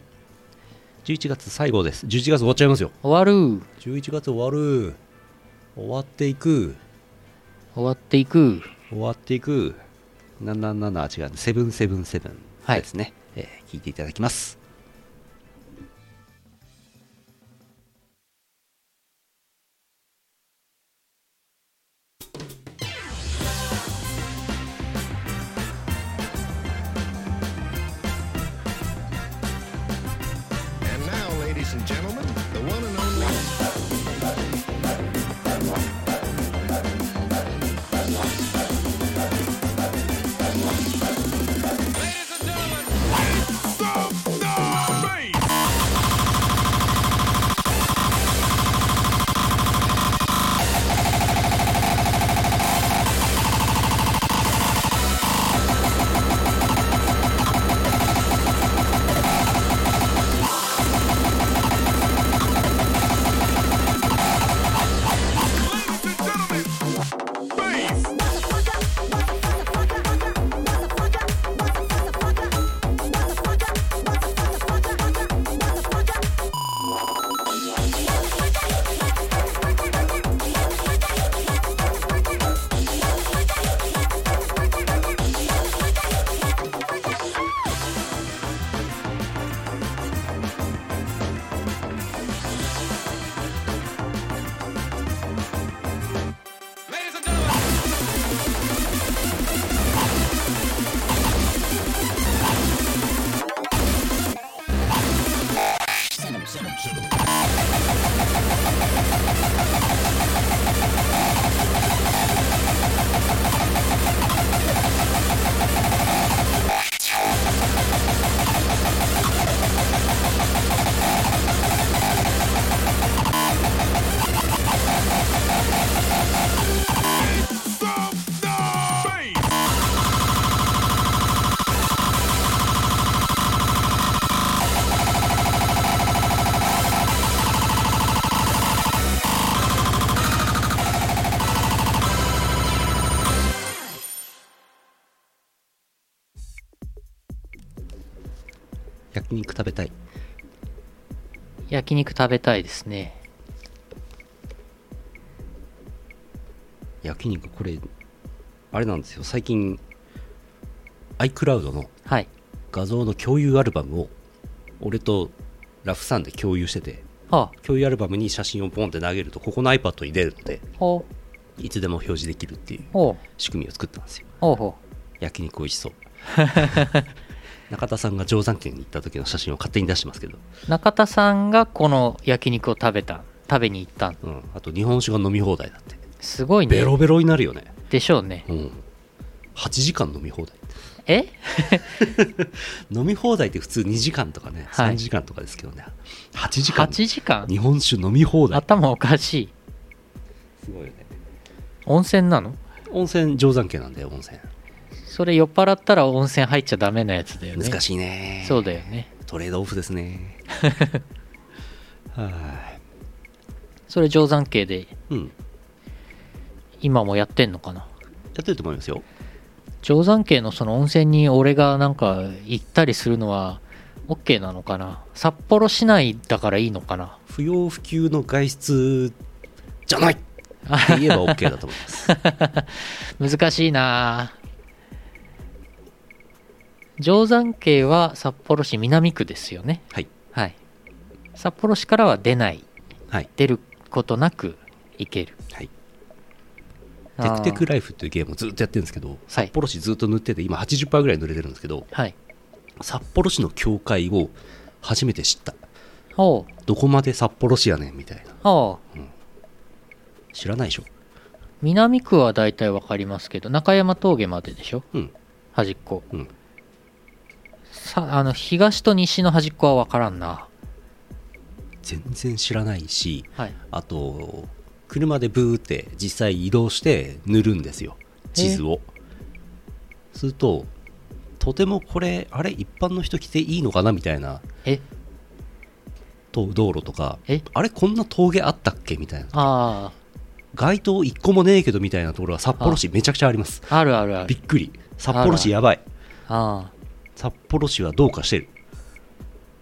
[SPEAKER 2] 11月最後です11月終わっちゃいますよ
[SPEAKER 1] 終わる
[SPEAKER 2] 11月終わる終わっていく
[SPEAKER 1] 終わっていく
[SPEAKER 2] 終わっていく777違うセブンセブンセブン
[SPEAKER 1] はい
[SPEAKER 2] ですね、えー聞いていただきます焼肉食べたい
[SPEAKER 1] 焼肉食べたいですね
[SPEAKER 2] 焼肉これあれなんですよ最近 iCloud の
[SPEAKER 1] はい
[SPEAKER 2] 画像の共有アルバムを俺とラフさんで共有してて
[SPEAKER 1] は
[SPEAKER 2] 共有アルバムに写真をポンって投げるとここの iPad に出るので
[SPEAKER 1] あほ
[SPEAKER 2] いつでも表示できるっていう
[SPEAKER 1] うほう
[SPEAKER 2] 仕組みを作ったんですよ
[SPEAKER 1] ほうほ
[SPEAKER 2] 焼肉美味しそう 中田さんが定山県に行った時の写真を勝手に出してますけど、
[SPEAKER 1] う中田さんがこの焼肉を食べた食べに行ったん
[SPEAKER 2] うん、あと日本酒が飲み放題だって
[SPEAKER 1] すごいね
[SPEAKER 2] ベロベロになるよね、
[SPEAKER 1] でしょうね
[SPEAKER 2] うん、8時間飲み放題
[SPEAKER 1] え
[SPEAKER 2] 飲み放題って普通2時間とかね、
[SPEAKER 1] はい
[SPEAKER 2] 3時間とかですけどね8時間
[SPEAKER 1] ?8 時間
[SPEAKER 2] 日本酒飲み放題
[SPEAKER 1] 頭おかしい
[SPEAKER 2] すごいよね
[SPEAKER 1] 温泉なの
[SPEAKER 2] 温泉定山系なんだよ温泉
[SPEAKER 1] それ酔っ払ったら温泉入っちゃダメなやつだよね
[SPEAKER 2] 難しいね
[SPEAKER 1] そうだよね
[SPEAKER 2] トレードオフで すねは
[SPEAKER 1] それ定山系で
[SPEAKER 2] いうんや
[SPEAKER 1] 今もやってんのかな
[SPEAKER 2] ってると思いますよ
[SPEAKER 1] 定山系のその温泉に俺がなんか行ったりするのは OK なのかな札幌市内だからいいのかな
[SPEAKER 2] 不要不急の外出じゃないって言えば OK だと思います
[SPEAKER 1] 難しいなぁ定山系は札幌市南区ですよね
[SPEAKER 2] はい
[SPEAKER 1] はい札幌市からは出ない
[SPEAKER 2] はい
[SPEAKER 1] 出ることなく行ける
[SPEAKER 2] はい
[SPEAKER 1] あ
[SPEAKER 2] テ
[SPEAKER 1] ー
[SPEAKER 2] クテクライフっていうゲームをずっとやってるんですけど、札幌市ずっと塗ってて、今80%ぐらい塗れてるんですけど、
[SPEAKER 1] はい
[SPEAKER 2] 札幌市の教会を初めて知った。
[SPEAKER 1] おう
[SPEAKER 2] どこまで札幌市やねんみたいな。
[SPEAKER 1] おう
[SPEAKER 2] 知らないでしょ。
[SPEAKER 1] 南区は大体わかりますけど中山峠まででしょ
[SPEAKER 2] うん。
[SPEAKER 1] 端っこ、
[SPEAKER 2] うん
[SPEAKER 1] さあの東と西の端っこはわからんな
[SPEAKER 2] 全然知らないし、
[SPEAKER 1] はい
[SPEAKER 2] あと、車でブーって実際移動して塗るんですよ。地図を。すると、とてもこれ、あれ一般の人来ていいのかなみたいな
[SPEAKER 1] え
[SPEAKER 2] と道路とか
[SPEAKER 1] え
[SPEAKER 2] あれこんな峠あったっけみたいな
[SPEAKER 1] あ
[SPEAKER 2] 街灯一個もねえけどみたいなところは札幌市めちゃくちゃあります
[SPEAKER 1] ああるあるあ
[SPEAKER 2] び
[SPEAKER 1] る
[SPEAKER 2] っくり札幌市やばい
[SPEAKER 1] あ
[SPEAKER 2] 札幌市はどうかしてる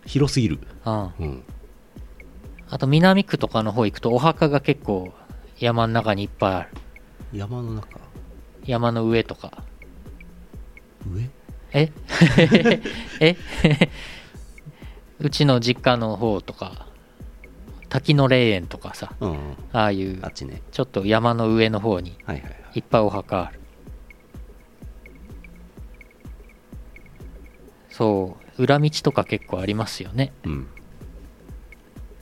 [SPEAKER 2] 広すぎる、
[SPEAKER 1] あああ
[SPEAKER 2] うん、
[SPEAKER 1] あと南区とかの方行くとお墓が結構山の中にいっぱいある
[SPEAKER 2] 山の中
[SPEAKER 1] 山の上とか
[SPEAKER 2] 上
[SPEAKER 1] え え うちの実家の方とか滝の霊園とかさ
[SPEAKER 2] うんうん
[SPEAKER 1] ああいう
[SPEAKER 2] あっちね
[SPEAKER 1] ちょっと山の上の方に
[SPEAKER 2] はいはいはい
[SPEAKER 1] いっぱいお墓あるそう裏道とか結構ありますよね
[SPEAKER 2] うん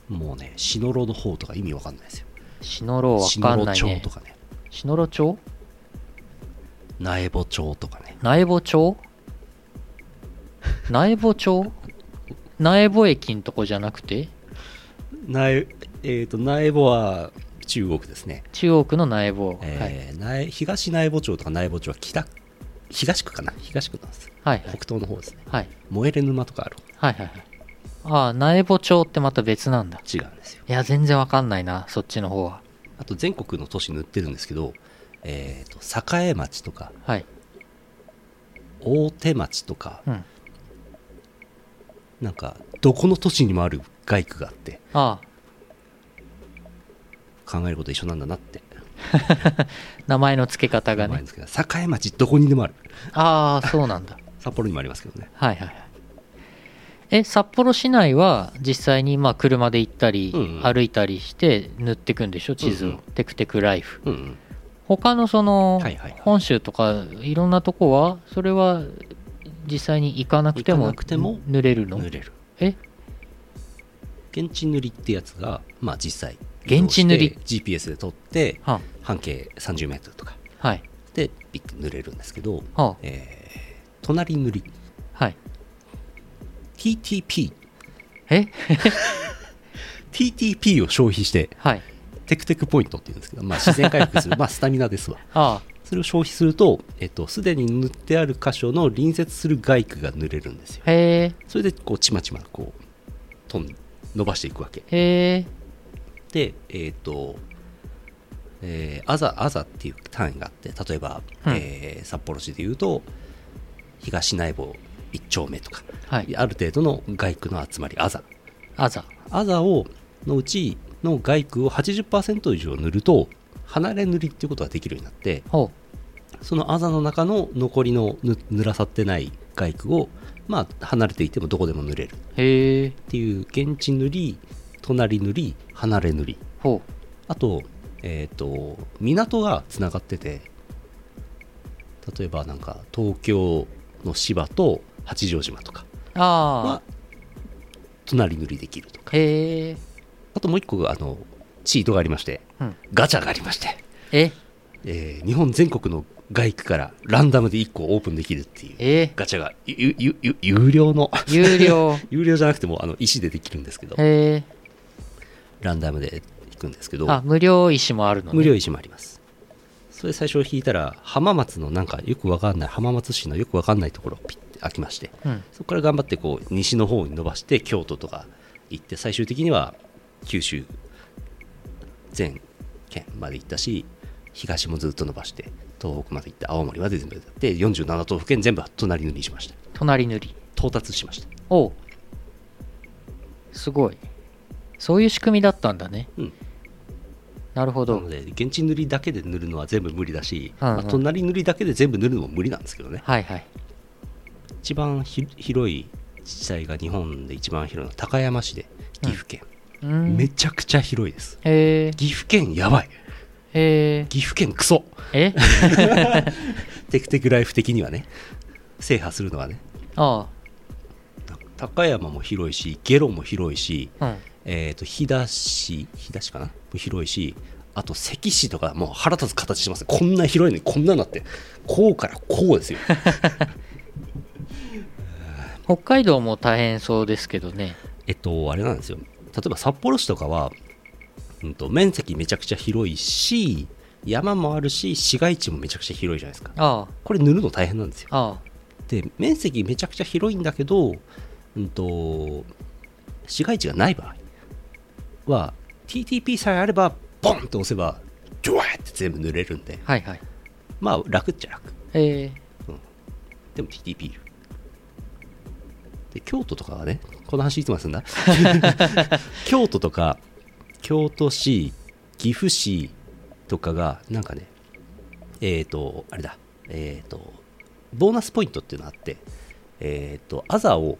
[SPEAKER 2] もうね篠路の方とか意味わかんないですよ
[SPEAKER 1] 篠路わ
[SPEAKER 2] 篠
[SPEAKER 1] かん
[SPEAKER 2] 路
[SPEAKER 1] ない
[SPEAKER 2] 町
[SPEAKER 1] ね
[SPEAKER 2] とかね
[SPEAKER 1] 篠路町
[SPEAKER 2] 苗穂町とかね
[SPEAKER 1] 苗穂町苗穂町苗穂駅んとこじゃなくて
[SPEAKER 2] 苗,、えー、と苗穂は中国ですね
[SPEAKER 1] 中央区の苗穂、はい、
[SPEAKER 2] えー苗東苗穂町とか苗穂町は北東区かな東区なんです
[SPEAKER 1] はいはい
[SPEAKER 2] 北東の方ですね
[SPEAKER 1] はい
[SPEAKER 2] 燃える沼とかある
[SPEAKER 1] はいはいはいああ苗穂町ってまた別なんだ
[SPEAKER 2] 違うんですよ
[SPEAKER 1] いや全然わかんないなそっちの方は
[SPEAKER 2] あと全国の都市塗ってるんですけど、えー、と栄町とか
[SPEAKER 1] はい
[SPEAKER 2] 大手町とか
[SPEAKER 1] うん
[SPEAKER 2] なんかどこの都市にもある街区があって
[SPEAKER 1] ああ
[SPEAKER 2] 考えること一緒なんだなって
[SPEAKER 1] 名前の付け方が
[SPEAKER 2] 思うん
[SPEAKER 1] ね
[SPEAKER 2] ですけど、栄町どこにでもある
[SPEAKER 1] ああそうなんだ
[SPEAKER 2] 札幌にもありますけどね
[SPEAKER 1] はいはいはいえ札幌市内は実際にまあ車で行ったり、
[SPEAKER 2] うんうん
[SPEAKER 1] 歩いたりして塗っていくんでしょ地図を、
[SPEAKER 2] うんうん
[SPEAKER 1] テクテクライフ
[SPEAKER 2] うん、うん、
[SPEAKER 1] 他のその、
[SPEAKER 2] はいはいはい
[SPEAKER 1] 本州とかいろんなとこはそれは実際に行かなくて
[SPEAKER 2] 行か
[SPEAKER 1] も
[SPEAKER 2] なくても
[SPEAKER 1] 塗れるの
[SPEAKER 2] 塗れる
[SPEAKER 1] え
[SPEAKER 2] 現地塗りってやつがまあ実際
[SPEAKER 1] 現地塗り
[SPEAKER 2] 移動して GPS で撮って
[SPEAKER 1] はん
[SPEAKER 2] 半径3 0ルとか
[SPEAKER 1] はい
[SPEAKER 2] でピッて塗れるんですけど、
[SPEAKER 1] はあ
[SPEAKER 2] えー隣塗り
[SPEAKER 1] はい
[SPEAKER 2] TTP
[SPEAKER 1] え
[SPEAKER 2] TTP を消費して
[SPEAKER 1] はい
[SPEAKER 2] テクテクポイントっていうんですけど、まあ、自然回復 するまあスタミナですわ
[SPEAKER 1] あ
[SPEAKER 2] それを消費するとえっと、すでに塗ってある箇所の隣接する外区が塗れるんですよ
[SPEAKER 1] あへ
[SPEAKER 2] それでこうちまちまこうとん伸ばしていくわけ
[SPEAKER 1] えへえ
[SPEAKER 2] でえっ、とえー、アザアザっていう単位があって例えば、
[SPEAKER 1] うん
[SPEAKER 2] えー札幌市でいうと東内房1丁目とか、
[SPEAKER 1] はい
[SPEAKER 2] ある程度の外区の集まりアザ
[SPEAKER 1] あざ
[SPEAKER 2] アザをのうちの外区を80%以上塗ると離れ塗りっていうことができるようになって
[SPEAKER 1] ほ
[SPEAKER 2] そのアザの中の残りのぬ塗らさってない外区をまあ離れていてもどこでも塗れるっ
[SPEAKER 1] うへえ
[SPEAKER 2] ていう現地塗り隣塗り離れ塗り
[SPEAKER 1] ほう
[SPEAKER 2] あと,、えー、と港がつながってて例えばなんか東京の芝と八丈島とか
[SPEAKER 1] あ
[SPEAKER 2] は隣塗りできるとか
[SPEAKER 1] あへえ
[SPEAKER 2] あともう一個があのチートがありまして
[SPEAKER 1] うん
[SPEAKER 2] ガチャがありまして、
[SPEAKER 1] え
[SPEAKER 2] えー日本全国の外区からランダムで1個オープンできるっていう
[SPEAKER 1] え
[SPEAKER 2] ガチャがゆゆゆ有料の
[SPEAKER 1] 有 料
[SPEAKER 2] 有料じゃなくてもあの石でできるんですけど
[SPEAKER 1] へえ
[SPEAKER 2] ランダムで行くんですけど
[SPEAKER 1] あ無料石もあるの、ね、
[SPEAKER 2] 無料石もありますそれ最初引いたら浜松のなんかよくわかんない浜松市のよくわかんないところをピッて開きまして
[SPEAKER 1] うん
[SPEAKER 2] そこから頑張ってこう西の方に伸ばして京都とか行って最終的には九州全県まで行ったし東もずっと伸ばして東北まで行って青森まで全部やって47都府県全部隣塗りにしました
[SPEAKER 1] 隣塗り
[SPEAKER 2] 到達しました
[SPEAKER 1] おうすごいそういう仕組みだったんだね
[SPEAKER 2] うん
[SPEAKER 1] なるほ
[SPEAKER 2] な
[SPEAKER 1] ど
[SPEAKER 2] ので現地塗りだけで塗るのは全部無理だし、
[SPEAKER 1] うんうん
[SPEAKER 2] まあ隣塗りだけで全部塗るのも無理なんですけどね
[SPEAKER 1] はいはい
[SPEAKER 2] 一番ひ広い自治体が日本で一番広いのは高山市で岐阜県、
[SPEAKER 1] うん
[SPEAKER 2] めちゃくちゃ広いです
[SPEAKER 1] へえ
[SPEAKER 2] 岐阜県やばい
[SPEAKER 1] へへ
[SPEAKER 2] 岐阜県クソ
[SPEAKER 1] え え
[SPEAKER 2] テクテクライフ的にはね制覇するのはね
[SPEAKER 1] あ
[SPEAKER 2] 高山も広いし下呂も広いし、
[SPEAKER 1] あうん
[SPEAKER 2] えー、と飛騨市飛騨市かなも広いしあと関市とかもう腹立つ形してますこんな広いのにこんななってこうからこうですよ
[SPEAKER 1] 北海道も大変そうですけどね
[SPEAKER 2] えっとあれなんですよ例えば札幌市とかは、うん、と面積めちゃくちゃ広いし山もあるし市街地もめちゃくちゃ広いじゃないですか
[SPEAKER 1] あ
[SPEAKER 2] これ塗るの大変なんですよ
[SPEAKER 1] あああ
[SPEAKER 2] で面積めちゃくちゃ広いんだけど、うん、と市街地がない場合は TTP さえあればボンと押せばジュワーって全部塗れるんで
[SPEAKER 1] はいはい
[SPEAKER 2] まあ楽っちゃ楽
[SPEAKER 1] え
[SPEAKER 2] でも TTP いるで京都とかはねこの話いつますんだ京都とか京都市岐阜市とかがなんかねえっ、とあれだえっ、とボーナスポイントっていうのがあってえっ、とアザを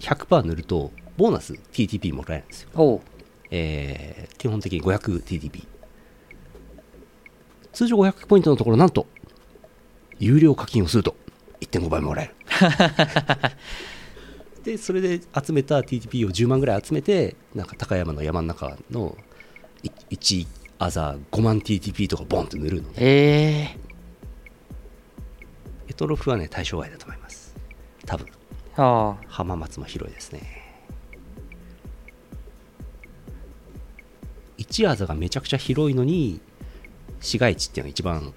[SPEAKER 2] 100%塗るとボーナス TTP もらえるんですよ
[SPEAKER 1] ー、おう
[SPEAKER 2] えー基本的に 500TTP 通常500ポイントのところなんと有料課金をすると1.5倍もらえるでそれで集めた TTP を10万ぐらい集めてなんか高山の山の中の1アザー5万 TTP とかボンって塗るので
[SPEAKER 1] ええ
[SPEAKER 2] エトロフはね対象外だと思います多分
[SPEAKER 1] ああ
[SPEAKER 2] 浜松も広いですね一アザがめちゃくちゃ広いのに市街地っていうのが一番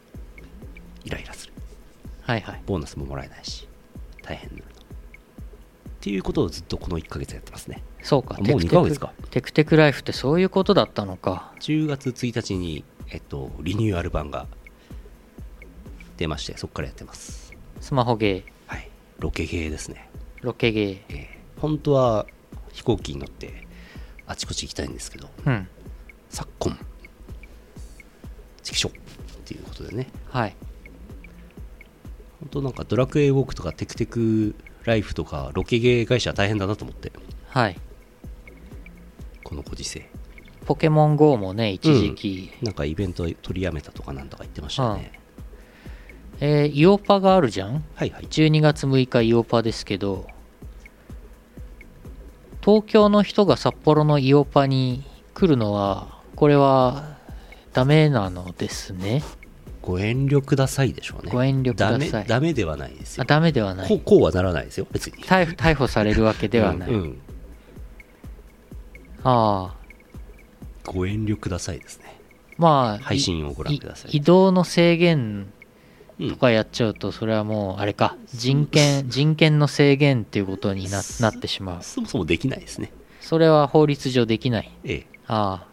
[SPEAKER 2] イライラする
[SPEAKER 1] はいはい
[SPEAKER 2] ボーナスももらえないし大変なのっていうことをずっとこの1ヶ月やってますね
[SPEAKER 1] そうか
[SPEAKER 2] あもう2ヶ月か
[SPEAKER 1] テクテクライフってそういうことだったのか
[SPEAKER 2] 10月1日に、えっと、リニューアル版が出ましてそこからやってます
[SPEAKER 1] スマホゲー
[SPEAKER 2] はいロケゲーですね
[SPEAKER 1] ロケゲ
[SPEAKER 2] えー本当は飛行機に乗ってあちこち行きたいんですけど
[SPEAKER 1] ーうん
[SPEAKER 2] 昨今チキショっていうことでね
[SPEAKER 1] はい
[SPEAKER 2] 本当なんかドラクエウォークとかテクテクライフとかロケゲー会社は大変だなと思って
[SPEAKER 1] はい
[SPEAKER 2] このご時世
[SPEAKER 1] ポケモン GO もね一時期、
[SPEAKER 2] なんかイベント取りやめたとかなんとか言ってましたね、
[SPEAKER 1] えーイオパがあるじゃん
[SPEAKER 2] はいはい
[SPEAKER 1] 12月6日イオパですけど東京の人が札幌のイオパに来るのはこれはダメなのですね
[SPEAKER 2] ご遠慮くださいでしょうね
[SPEAKER 1] ご遠慮ください
[SPEAKER 2] ダメダメではないです
[SPEAKER 1] あ
[SPEAKER 2] よ
[SPEAKER 1] ダメではな
[SPEAKER 2] こう
[SPEAKER 1] い
[SPEAKER 2] こうはならないですよ別に
[SPEAKER 1] 逮捕逮捕されるわけではない、
[SPEAKER 2] うんうん
[SPEAKER 1] ああ
[SPEAKER 2] ご遠慮くださいですね
[SPEAKER 1] まあ
[SPEAKER 2] 配信をご覧ください
[SPEAKER 1] 移動の制限
[SPEAKER 2] うん
[SPEAKER 1] とかやっちゃうとそれはもうあれか人権人権の制限っていうことにななってしまう
[SPEAKER 2] そもそもできないですね
[SPEAKER 1] それは法律上できない
[SPEAKER 2] ええ
[SPEAKER 1] ああ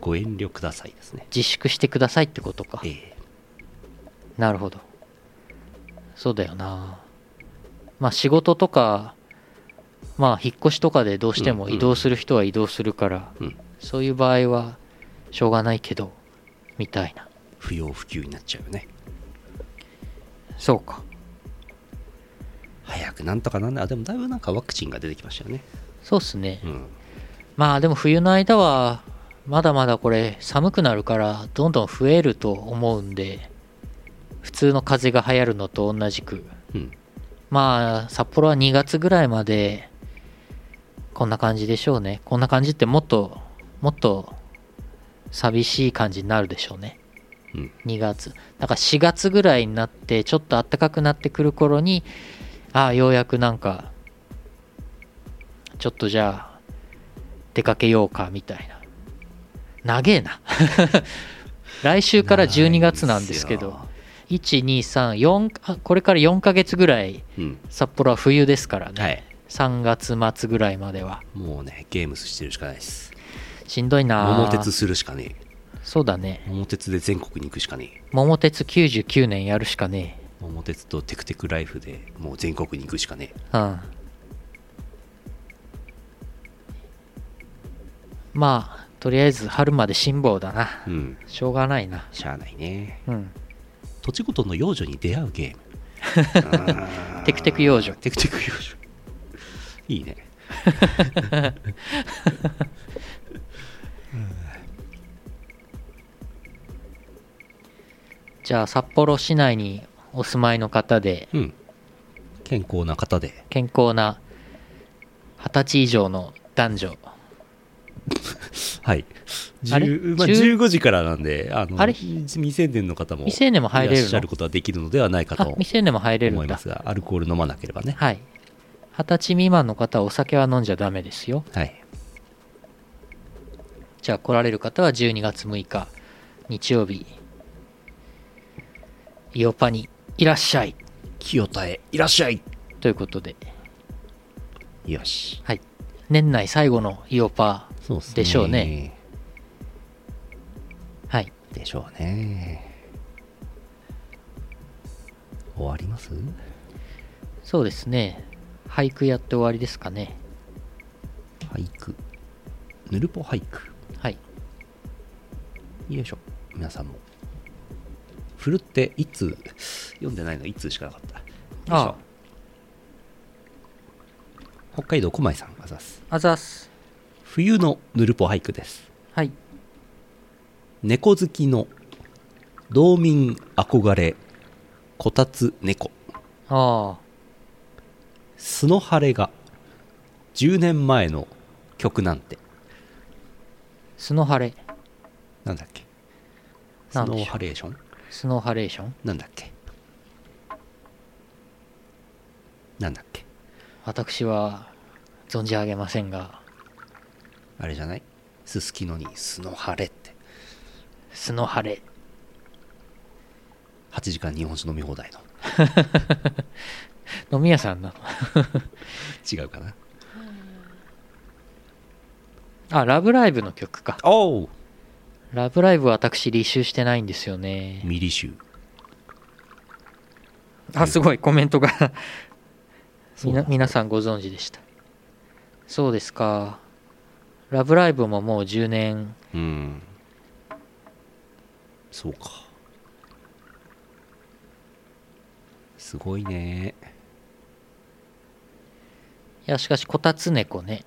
[SPEAKER 2] ご遠慮くださいですね
[SPEAKER 1] 自粛してくださいってことか
[SPEAKER 2] ええ
[SPEAKER 1] なるほどそうだよなまあ仕事とかまあ引っ越しとかでどうして
[SPEAKER 2] う
[SPEAKER 1] も
[SPEAKER 2] んうん
[SPEAKER 1] 移動する人は移動するから、
[SPEAKER 2] うん
[SPEAKER 1] そういう場合はしょうがないけどみたいな
[SPEAKER 2] 不要不急になっちゃうよね
[SPEAKER 1] そうか
[SPEAKER 2] 早くなんとかなんだあでもだいぶなんかワクチンが出てきましたよね
[SPEAKER 1] そうっすね、
[SPEAKER 2] うん
[SPEAKER 1] まあでも冬の間はまだまだこれ寒くなるからどんどん増えると思うんで普通の風邪が流行るのと同じく
[SPEAKER 2] うん
[SPEAKER 1] まあ札幌は2月ぐらいまでこんな感じでしょうねこんな感じってもっともっと寂しい感じになるでしょうね
[SPEAKER 2] うん
[SPEAKER 1] 2月だから4月ぐらいになってちょっと暖かくなってくる頃にああようやくなんかちょっとじゃあ出かけようかみたいな長えな 来週から12月なんですけど
[SPEAKER 2] 長いん
[SPEAKER 1] 1234これから4ヶ月ぐらい
[SPEAKER 2] ですようん
[SPEAKER 1] 札幌は冬ですからね、
[SPEAKER 2] はい
[SPEAKER 1] 3月末ぐらいまでは
[SPEAKER 2] もうねゲームしてるしかないです
[SPEAKER 1] しんどいな
[SPEAKER 2] 桃鉄するしかねえ
[SPEAKER 1] そうだね
[SPEAKER 2] 桃鉄で全国に行くしかねえ
[SPEAKER 1] 桃鉄99年やるしかね
[SPEAKER 2] 桃鉄とテクテクライフでもう全国に行くしかねえ
[SPEAKER 1] えうんまあとりあえず春まで辛抱だな
[SPEAKER 2] うん
[SPEAKER 1] しょうがないな
[SPEAKER 2] しゃあないね
[SPEAKER 1] うん
[SPEAKER 2] 土地ごとの幼女に出会うゲーム
[SPEAKER 1] テクテク幼女
[SPEAKER 2] あーテクテク幼女いいねうん
[SPEAKER 1] じゃあ札幌市内にお住まいの方で
[SPEAKER 2] うん健康な方で
[SPEAKER 1] 健康な二十歳以上の男女
[SPEAKER 2] はい
[SPEAKER 1] あれ
[SPEAKER 2] 10まあ、
[SPEAKER 1] 10
[SPEAKER 2] 15時からなんであの
[SPEAKER 1] あれ
[SPEAKER 2] 未成年の方も
[SPEAKER 1] 未成年も入れる
[SPEAKER 2] い
[SPEAKER 1] の
[SPEAKER 2] らっしゃることはできるのではないか
[SPEAKER 1] あ
[SPEAKER 2] と
[SPEAKER 1] 未成年も入れる
[SPEAKER 2] 思
[SPEAKER 1] ん
[SPEAKER 2] いま
[SPEAKER 1] だ
[SPEAKER 2] すがアルコール飲まなければね
[SPEAKER 1] はい二十歳未満の方はお酒は飲んじゃダメですよ
[SPEAKER 2] はい
[SPEAKER 1] じゃあ来られる方は12月6日日曜日イオパにいらっしゃい
[SPEAKER 2] 清田へいらっしゃい
[SPEAKER 1] ということで
[SPEAKER 2] よし
[SPEAKER 1] はい年内最後のイオパ
[SPEAKER 2] そうすね
[SPEAKER 1] でしょうねはい
[SPEAKER 2] でしょうね終わります
[SPEAKER 1] そうですね俳句やって終わりですかね
[SPEAKER 2] 俳句ぬるぽ俳句
[SPEAKER 1] はい
[SPEAKER 2] よいしょ皆さんもふるって一通読んでないの一通しかなかったよいしょ
[SPEAKER 1] ああ
[SPEAKER 2] 北海道狛江さんが指す
[SPEAKER 1] あざっす
[SPEAKER 2] 冬のぬるぽ俳句です
[SPEAKER 1] はい
[SPEAKER 2] 猫好きの道民憧れこたつ猫
[SPEAKER 1] ああ
[SPEAKER 2] スノハレが10年前の曲なんて
[SPEAKER 1] スノハレ
[SPEAKER 2] なんだっけス
[SPEAKER 1] なんでしょう
[SPEAKER 2] ノーハレーション
[SPEAKER 1] スノハレーション
[SPEAKER 2] なんだっけなんだっけ
[SPEAKER 1] 私は存じ上げませんが
[SPEAKER 2] あれじゃないすすきのにスノハレって
[SPEAKER 1] スノハレ
[SPEAKER 2] 8時間日本酒飲み放題の
[SPEAKER 1] 飲み屋さんなの
[SPEAKER 2] 違うかな
[SPEAKER 1] あラブライブの曲か
[SPEAKER 2] おお
[SPEAKER 1] ラブライブは私履修してないんですよね
[SPEAKER 2] ミリ集
[SPEAKER 1] あすごいコメントが
[SPEAKER 2] そ
[SPEAKER 1] み
[SPEAKER 2] う
[SPEAKER 1] な
[SPEAKER 2] だ
[SPEAKER 1] 皆さんご存知でしたそうですか「ラブライブ!」ももう10年
[SPEAKER 2] うんそうかすごいね
[SPEAKER 1] いやしかしこたつ猫ね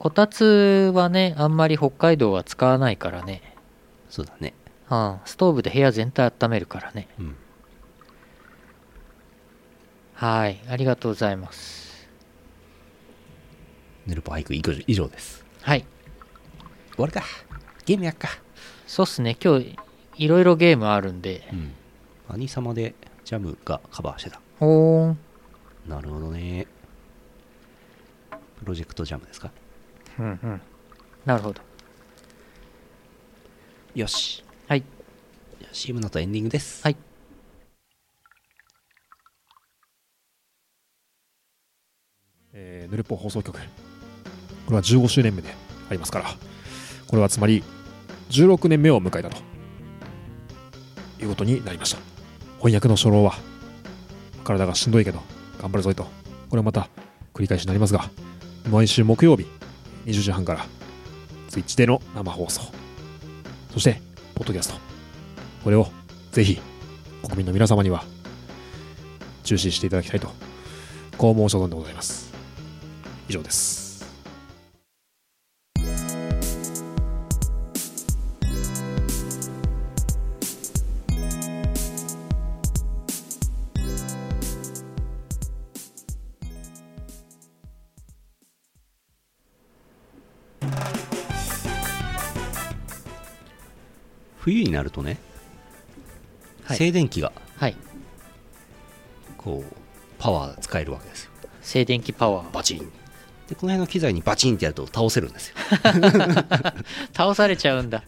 [SPEAKER 1] こたつはねあんまり北海道は使わないからね、
[SPEAKER 2] そうだね
[SPEAKER 1] うん、ストーブで部屋全体温めるからね
[SPEAKER 2] うん
[SPEAKER 1] はいありがとうございます
[SPEAKER 2] ヌルポ俳句以上以上です
[SPEAKER 1] はい
[SPEAKER 2] 終わりかゲームやっか
[SPEAKER 1] そうっすね今日いろいろゲームあるんで
[SPEAKER 2] うん兄様でジャムがカバーしてた
[SPEAKER 1] ほーん
[SPEAKER 2] なるほどねプロジェクトジャムですか
[SPEAKER 1] うんうんなるほど
[SPEAKER 2] よし
[SPEAKER 1] はい
[SPEAKER 2] じゃあ CM の後エンディングです
[SPEAKER 1] はい
[SPEAKER 3] えー、ヌルポ放送局これは15周年目でありますからこれはつまり16年目を迎えたということになりました翻訳の初老は体がしんどいけど頑張るぞいとこれはまた繰り返しになりますが毎週木曜日20時半から Twitch での生放送そしてポッドキャストこれをぜひ国民の皆様には注視していただきたいとこう申し上げてございます以上です
[SPEAKER 2] 冬になるとね、
[SPEAKER 1] はい
[SPEAKER 2] 静電気が
[SPEAKER 1] はい
[SPEAKER 2] こうパワー使えるわけですよ
[SPEAKER 1] 静電気パワー
[SPEAKER 2] バチンでこの辺の機材にバチンってやると倒せるんですよ
[SPEAKER 1] 倒されちゃうんだ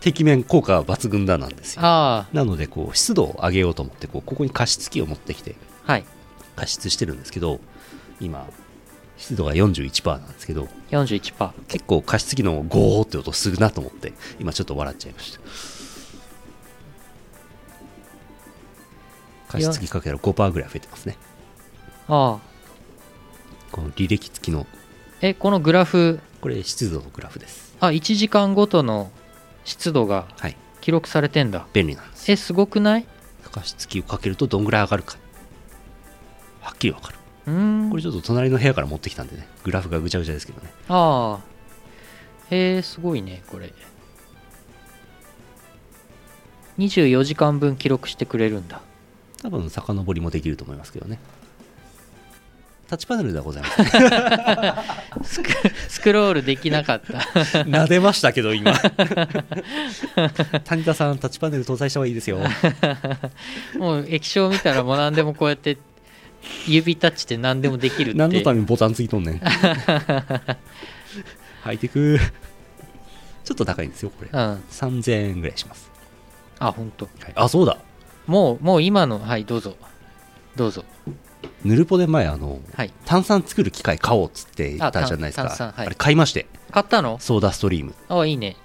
[SPEAKER 2] てきめん効果は抜群だなんですよ
[SPEAKER 1] あ
[SPEAKER 2] なのでこう湿度を上げようと思ってこうここに加湿器を持ってきて
[SPEAKER 1] あはい
[SPEAKER 2] 加湿してるんですけど今湿度が41%なんですけど
[SPEAKER 1] 41%
[SPEAKER 2] 結構加湿器のゴーって音するなと思って今ちょっと笑っちゃいました加湿器かけたら5%ぐらい増えてますね
[SPEAKER 1] ああ
[SPEAKER 2] この履歴付きの
[SPEAKER 1] えこのグラフ
[SPEAKER 2] これ湿度のグラフです
[SPEAKER 1] あ1時間ごとの湿度が
[SPEAKER 2] はい
[SPEAKER 1] 記録されてんだ
[SPEAKER 2] 便利なんです
[SPEAKER 1] えすごくない
[SPEAKER 2] 加湿器をかけるとどんぐらい上がるかはっきりわかる
[SPEAKER 1] うーん
[SPEAKER 2] これちょっと隣の部屋から持ってきたんでねグラフがぐちゃぐちゃですけどね
[SPEAKER 1] ああえー、すごいねこれ24時間分記録してくれるん だ
[SPEAKER 2] 多分遡りもできると思いますけどねタッチパネルではございません
[SPEAKER 1] スクスクロールできなかった
[SPEAKER 2] 撫でましたけど 今谷田さんタッチパネル搭載した方がいいですよ
[SPEAKER 1] もう液晶見たらもう何でもこうやって指タッチで何でもできるって
[SPEAKER 2] 何のためにボタンついと んねんハイテクちょっと高いんですよこれ
[SPEAKER 1] うん
[SPEAKER 2] 3000円ぐらいします、
[SPEAKER 1] あ本当。
[SPEAKER 2] はい、あそうだ
[SPEAKER 1] もうもう今のはいどうぞどうぞ
[SPEAKER 2] ヌルポで前あの
[SPEAKER 1] はい
[SPEAKER 2] 炭酸作る機械買おうっつって言ったじゃないです
[SPEAKER 1] あ
[SPEAKER 2] か
[SPEAKER 1] 炭炭酸はい
[SPEAKER 2] あれ買いまして
[SPEAKER 1] 買ったの
[SPEAKER 2] ソーダストリーム
[SPEAKER 1] あいいね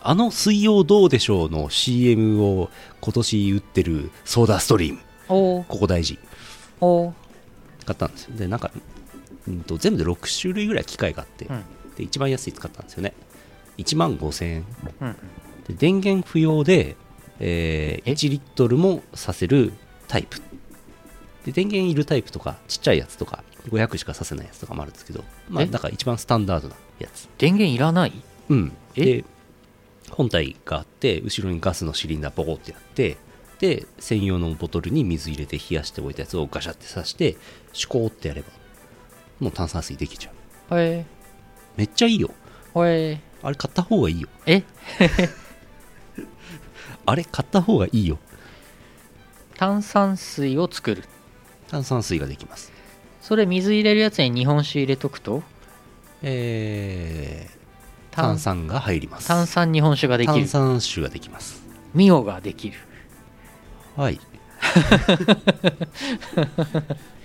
[SPEAKER 2] あの「水曜どうでしょう」の CM を今年売ってるソーダストリーム
[SPEAKER 1] おー
[SPEAKER 2] ここ大事
[SPEAKER 1] おー
[SPEAKER 2] 買ったんですよでなんか、うん、と全部で6種類ぐらい機械があって、
[SPEAKER 1] うん
[SPEAKER 2] で一番安い使ったんですよね1万5000円
[SPEAKER 1] うん
[SPEAKER 2] で電源不要で、えー
[SPEAKER 1] え
[SPEAKER 2] 1リットルもさせるタイプで電源いるタイプとかちっちゃいやつとか500しかさせないやつとかもあるんですけどまあ
[SPEAKER 1] え
[SPEAKER 2] だから一番スタンダードなやつ
[SPEAKER 1] 電源いらない
[SPEAKER 2] うん
[SPEAKER 1] え
[SPEAKER 2] で本体があって後ろにガスのシリンダーボコってやってで専用のボトルに水入れて冷やしておいたやつをガシャって刺してシュコーってやればもう炭酸水できちゃう
[SPEAKER 1] へえ
[SPEAKER 2] めっちゃいいよ
[SPEAKER 1] へえ
[SPEAKER 2] あれ買った方がいいよ
[SPEAKER 1] え
[SPEAKER 2] あれ買った方がいいよ
[SPEAKER 1] 炭酸水を作る
[SPEAKER 2] 炭酸水ができます
[SPEAKER 1] それ水入れるやつに日本酒入れとくと
[SPEAKER 2] えー
[SPEAKER 1] 炭
[SPEAKER 2] 炭酸が入ります
[SPEAKER 1] 炭酸日本酒ができ
[SPEAKER 2] 炭
[SPEAKER 1] る
[SPEAKER 2] 酸酒ができます
[SPEAKER 1] ミオができる
[SPEAKER 2] はい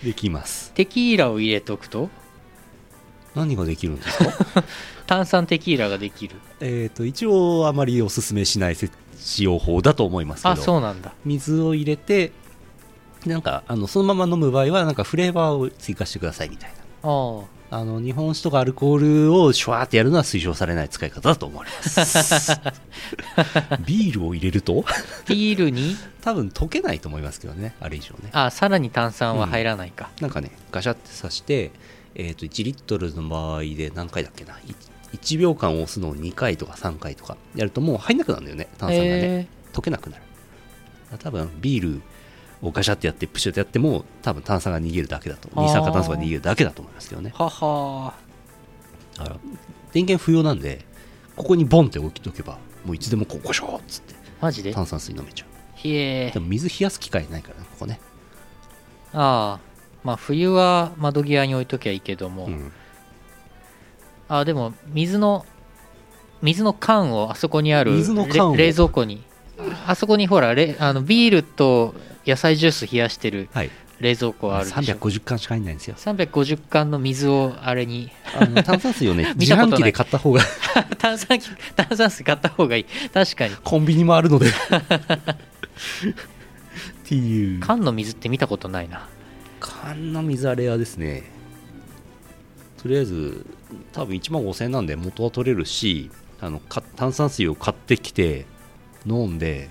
[SPEAKER 2] できます
[SPEAKER 1] テキーラを入れとくと
[SPEAKER 2] 何ができるんですか
[SPEAKER 1] 炭酸テキーラができる
[SPEAKER 2] えっと一応あまりおすすめしないせ使用法だと思いますけど
[SPEAKER 1] あそうなんだ
[SPEAKER 2] 水を入れてなんかあのそのまま飲む場合はなんかフレーバーを追加してくださいみたい
[SPEAKER 1] あ
[SPEAKER 2] な
[SPEAKER 1] ー
[SPEAKER 2] あの日本酒とかアルコールをシュワーってやるのは推奨されない使い方だと思われます ビールを入れると
[SPEAKER 1] ビールに
[SPEAKER 2] 多分溶けないと思いますけどねあれ以上ね
[SPEAKER 1] あさらに炭酸は入らないか、
[SPEAKER 2] なんかねガシャって刺して、えー、と1リットルの場合で何回だっけな 1, 秒間押すのを2回とか3回とかやるともう入んなくなるんだよね炭酸がね、
[SPEAKER 1] へ
[SPEAKER 2] 溶けなくなる多分ビールをガシャってやってプシュってやっても多分炭酸が逃げるだけだと
[SPEAKER 1] あー
[SPEAKER 2] 二酸化炭素が逃げるだけだと思いますけどね
[SPEAKER 1] ーはは
[SPEAKER 2] だから電源不要なんでここにボンって置いとけばもういつでもこうゴショーっつって
[SPEAKER 1] マジで
[SPEAKER 2] 炭酸水飲めちゃ
[SPEAKER 1] ひえ
[SPEAKER 2] うでも水冷やす機会ないからねここね、
[SPEAKER 1] ああまあ冬は窓際に置いときゃいいけども、
[SPEAKER 2] うん、
[SPEAKER 1] あでも水の水の缶をあそこにある
[SPEAKER 2] 水の缶を
[SPEAKER 1] れ冷蔵庫にああそこにほられあのビールと野菜ジュース冷やしてる
[SPEAKER 2] はい
[SPEAKER 1] 冷蔵庫あるでしょ
[SPEAKER 2] 350缶しか入んない んですよ
[SPEAKER 1] 350缶の水をあれに
[SPEAKER 2] あの炭酸水をね
[SPEAKER 1] 見
[SPEAKER 2] 自
[SPEAKER 1] たことない
[SPEAKER 2] 販機で買った方 が
[SPEAKER 1] 炭酸き炭酸水買った方がいい確かに
[SPEAKER 2] コンビニもある のでっていう
[SPEAKER 1] 缶の水って見たことないな
[SPEAKER 2] 缶の水あれはですねとりあえず多分1万5000円なんで元は取れるしあのか炭酸水を買ってきて飲んで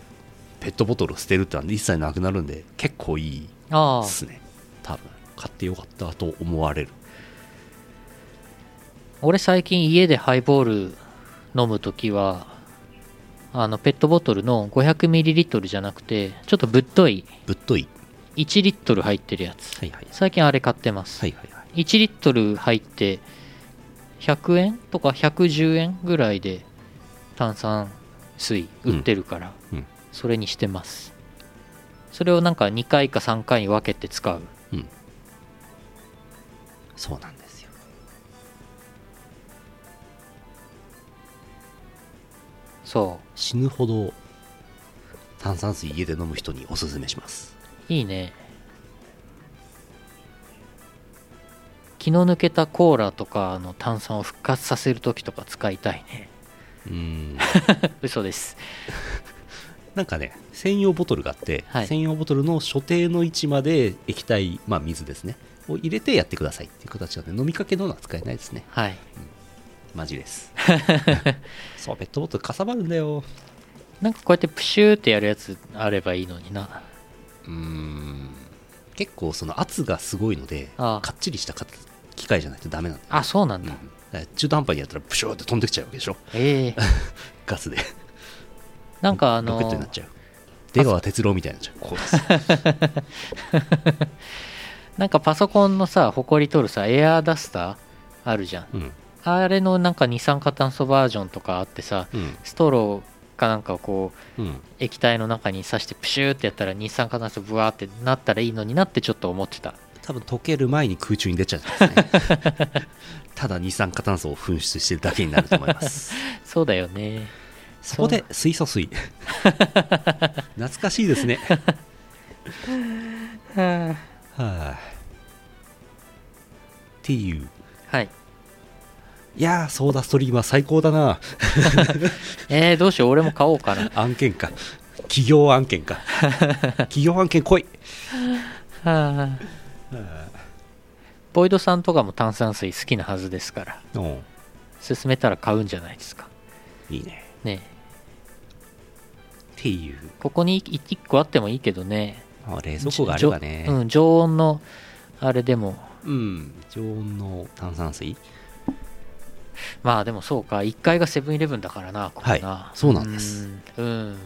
[SPEAKER 2] ペットボトルを捨てるってのは一切なくなるんで結構いい
[SPEAKER 1] あ
[SPEAKER 2] で
[SPEAKER 1] あ
[SPEAKER 2] すね多分買ってよかったと思われる
[SPEAKER 1] 俺最近家でハイボール飲むときはあのペットボトルの 500ml じゃなくてちょっとぶっとい
[SPEAKER 2] ぶっとい
[SPEAKER 1] 1リットル入ってるやつ
[SPEAKER 2] はいはい
[SPEAKER 1] 最近あれ買ってます、
[SPEAKER 2] はいはいはい
[SPEAKER 1] 1リットル入って100円とか110円ぐらいで炭酸水売ってるから、
[SPEAKER 2] うんうん
[SPEAKER 1] それにしてますそれをなんか2回か3回に分けて使う
[SPEAKER 2] そうなんですよ
[SPEAKER 1] そ
[SPEAKER 2] 死ぬほど炭酸水家で飲む人におすすめします
[SPEAKER 1] ういいね気の抜けたコーラとかの炭酸を復活させる時とか使いたいね
[SPEAKER 2] うーん
[SPEAKER 1] 嘘です
[SPEAKER 2] なんかね専用ボトルがあって、
[SPEAKER 1] はい
[SPEAKER 2] 専用ボトルの所定の位置まで液体まあ水ですねを入れてやってくださいっていう形なので飲みかけのは使えないですね
[SPEAKER 1] はい
[SPEAKER 2] マジです そうペットボトルかさばるんだよ
[SPEAKER 1] なんかこうやってプシューってやるやつあればいいのにな
[SPEAKER 2] うーん結構その圧がすごいので
[SPEAKER 1] ああ
[SPEAKER 2] かっちりした形機械じゃないとダメなんだ,、
[SPEAKER 1] あそうなん
[SPEAKER 2] うん、
[SPEAKER 1] だ、
[SPEAKER 2] だから中途半端にやったらプシューって飛んできちゃうわけでしょ
[SPEAKER 1] ええ
[SPEAKER 2] ガスで
[SPEAKER 1] なんかあ
[SPEAKER 2] ロケットにな
[SPEAKER 1] の
[SPEAKER 2] っちゃう出川哲郎みたいなじゃんこ うです
[SPEAKER 1] なんかパソコンのさほこり取るさエアーダスターあるじゃん
[SPEAKER 2] うん
[SPEAKER 1] あれのなんか二酸化炭素バージョンとかあってさ
[SPEAKER 2] うん
[SPEAKER 1] ストローかなんかをこう
[SPEAKER 2] うん
[SPEAKER 1] 液体の中に刺してプシューってやったら二酸化炭素ブワーってなったらいいのになってちょっと思ってた
[SPEAKER 2] 多分溶ける前に空中に出ちゃうんですねただ二酸化炭素を噴出してるだけになると思います
[SPEAKER 1] そうだよね
[SPEAKER 2] そこで水素水懐かしいですねはあっていう
[SPEAKER 1] はい
[SPEAKER 2] いやーソーダストリームは最高だな
[SPEAKER 1] えー、どうしよう俺も買おうかな
[SPEAKER 2] 案件か企業案件か企業案件来い
[SPEAKER 1] はあボイドさんとかも炭酸水好きなはずですから
[SPEAKER 2] おう
[SPEAKER 1] 勧めたら買うんじゃないですか
[SPEAKER 2] いいね
[SPEAKER 1] ね
[SPEAKER 2] っていう
[SPEAKER 1] えここに1個あってもいいけどね
[SPEAKER 2] あ冷蔵庫があればね
[SPEAKER 1] じょうん、常温のあれでも
[SPEAKER 2] うん常温の炭酸水
[SPEAKER 1] まあでもそうか1階がセブンイレブンだからなここな、
[SPEAKER 2] はいそうなんです
[SPEAKER 1] うんうん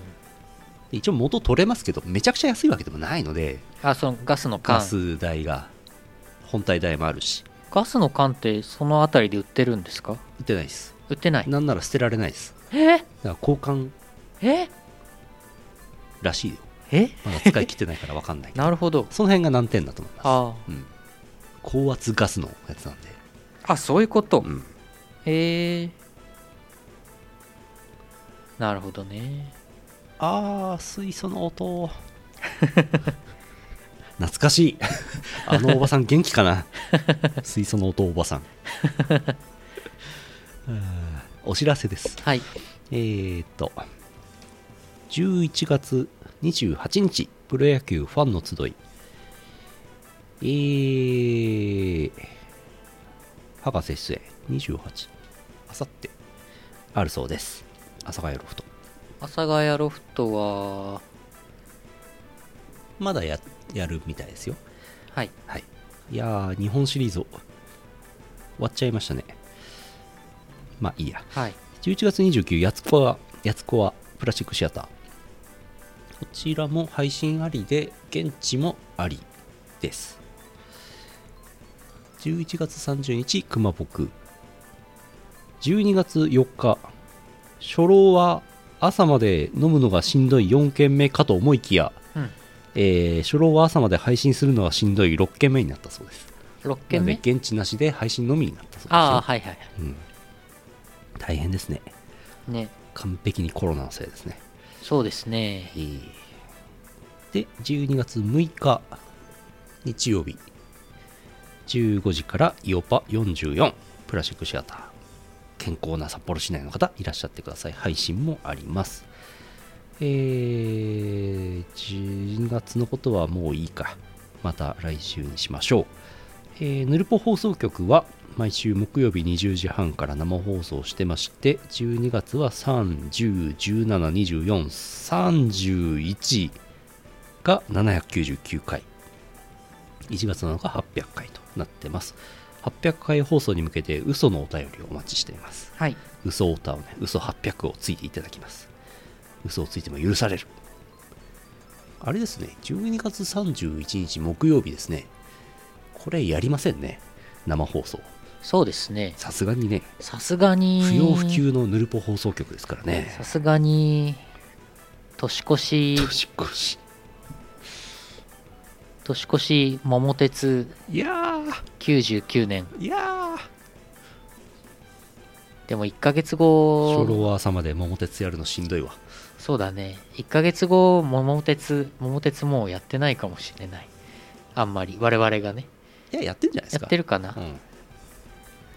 [SPEAKER 2] 一応元取れますけどめちゃくちゃ安いわけでもないので
[SPEAKER 1] あそのガスの缶
[SPEAKER 2] ガ
[SPEAKER 1] ガス
[SPEAKER 2] ス代が本体代もあるし
[SPEAKER 1] の缶ってその辺りで売ってるんですか
[SPEAKER 2] 売ってないです
[SPEAKER 1] 売ってない
[SPEAKER 2] なんなら捨てられないです
[SPEAKER 1] え
[SPEAKER 2] だから交換
[SPEAKER 1] え
[SPEAKER 2] らしいよ
[SPEAKER 1] え
[SPEAKER 2] ま だ使い切ってないから分かんないけど
[SPEAKER 1] なるほど
[SPEAKER 2] その辺が難点だと思います
[SPEAKER 1] あ
[SPEAKER 2] うん、高圧ガスのやつなんで、
[SPEAKER 1] ああそういうこと、
[SPEAKER 2] うん、
[SPEAKER 1] へえなるほどね
[SPEAKER 2] あー水素の音 懐かし いあのおばさん元気かな水素の音おばさん うんお知らせです
[SPEAKER 1] はい
[SPEAKER 2] えー、っと11月28日プロ野球ファンの集いえー、博士出演28あさってあるそうです阿佐ヶ谷ロフト
[SPEAKER 1] 阿佐ヶ谷ロフトは
[SPEAKER 2] まだややるみたいですよ。
[SPEAKER 1] はい
[SPEAKER 2] はい、いやー、日本シリーズを終わっちゃいましたね。まあいいや。
[SPEAKER 1] はい
[SPEAKER 2] 11月29、やつこわ、やつこわプラスチックシアター。こちらも配信ありで、現地もありです。11月30日、熊僕。12月4日、初老は朝まで飲むのがしんどい4軒目かと思いきや、
[SPEAKER 1] うん
[SPEAKER 2] えー初老は朝まで配信するのがしんどい6軒目になったそうです。
[SPEAKER 1] 6
[SPEAKER 2] な
[SPEAKER 1] 軒
[SPEAKER 2] ので
[SPEAKER 1] 目
[SPEAKER 2] 現地なしで配信のみになったそうですよ。
[SPEAKER 1] ああはいはいは
[SPEAKER 2] うん、大変ですね。
[SPEAKER 1] いね
[SPEAKER 2] 完璧にコロナのせいですね。
[SPEAKER 1] そうですね
[SPEAKER 2] えーで、12月6日、日曜日、15時からイオパ44、プラスチックシアター。健康な札幌市内の方、いらっしゃってください。配信もあります。えー、12月のことはもういいか。また来週にしましょう。えーヌルポ放送局は毎週木曜日20時半から生放送してまして12月は30172431が799回1月7日800回となってます800回放送に向けて嘘のお便りをお待ちしています
[SPEAKER 1] はい
[SPEAKER 2] 嘘オタをね嘘800をついていただきます嘘をついても許されるあれですね12月31日木曜日ですねこれやりませんね生放送
[SPEAKER 1] そうですね
[SPEAKER 2] さすがにね
[SPEAKER 1] さすがに
[SPEAKER 2] 不要不急のヌルポ放送局ですからね
[SPEAKER 1] さすがに年越し
[SPEAKER 2] 年越し
[SPEAKER 1] 年越し桃鉄
[SPEAKER 2] いや
[SPEAKER 1] 99年
[SPEAKER 2] ーいやー
[SPEAKER 1] でも1ヶ月
[SPEAKER 2] 初老
[SPEAKER 1] 後
[SPEAKER 2] は朝まで桃鉄やるのしんどいわ
[SPEAKER 1] そうだね1ヶ月後桃鉄桃鉄もうやってないかもしれないあんまり我々がね
[SPEAKER 2] いややってんじゃないです
[SPEAKER 1] や
[SPEAKER 2] か
[SPEAKER 1] ってるかな、
[SPEAKER 2] うん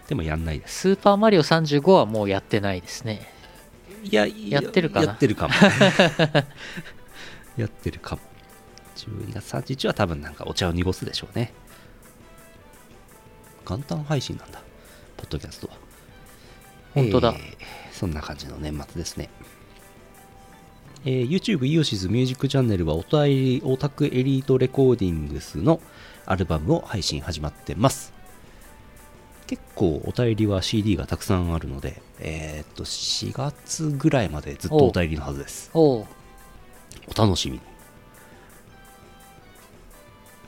[SPEAKER 2] でもやんないです
[SPEAKER 1] スーパーマリオ35はもうやってないですね
[SPEAKER 2] いや、い
[SPEAKER 1] やってるかな
[SPEAKER 2] やって るかも。やってるかも。12月31日は多分なんかお茶を濁すでしょうね。元旦配信なんだ、ポッドキャストは。
[SPEAKER 1] 本当だ
[SPEAKER 2] えーそんな感じの年末ですね。えー YouTube イオシスミュージックチャンネルはオタエリオタクエリートレコーディングスのアルバムを配信始まってます。結構お便りは CD がたくさんあるので、えーっと4月ぐらいまでずっとお便りのはずです
[SPEAKER 1] おう
[SPEAKER 2] お楽しみに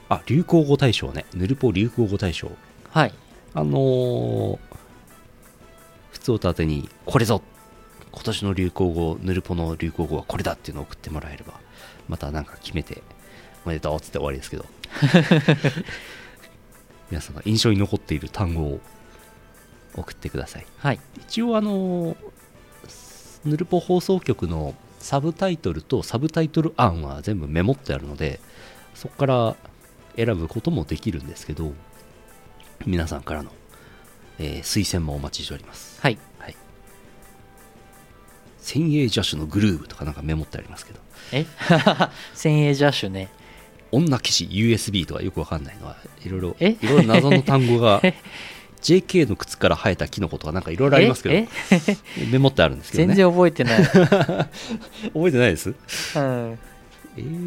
[SPEAKER 2] あ流行語大賞ねヌルポ流行語大賞
[SPEAKER 1] はい
[SPEAKER 2] あのー、普通を当てにこれぞ今年の流行語ヌルポの流行語はこれだっていうのを送ってもらえればまたなんか決めておめでとうっつって終わりですけど皆さんが印象に残っている単語を送ってください
[SPEAKER 1] はい
[SPEAKER 2] 一応あのヌルポ放送局のサブタイトルとサブタイトル案は全部メモってあるのでそこから選ぶこともできるんですけど皆さんからの、えー推薦もお待ちしております
[SPEAKER 1] はい
[SPEAKER 2] 「千鋭ジャッシュのグルーブ」とかなんかメモってありますけど
[SPEAKER 1] え 千鋭ジャッシュね
[SPEAKER 2] 「女騎士 USB」とかよくわかんないのはいろいろ
[SPEAKER 1] え
[SPEAKER 2] いろいろ謎の単 語が JK の靴から生えたキノコとかなんかいろいろありますけ
[SPEAKER 1] え
[SPEAKER 2] ど
[SPEAKER 1] え
[SPEAKER 2] メモってあるんですけど
[SPEAKER 1] 全
[SPEAKER 2] ね
[SPEAKER 1] 然覚えてない、
[SPEAKER 2] 覚えてないです
[SPEAKER 1] うん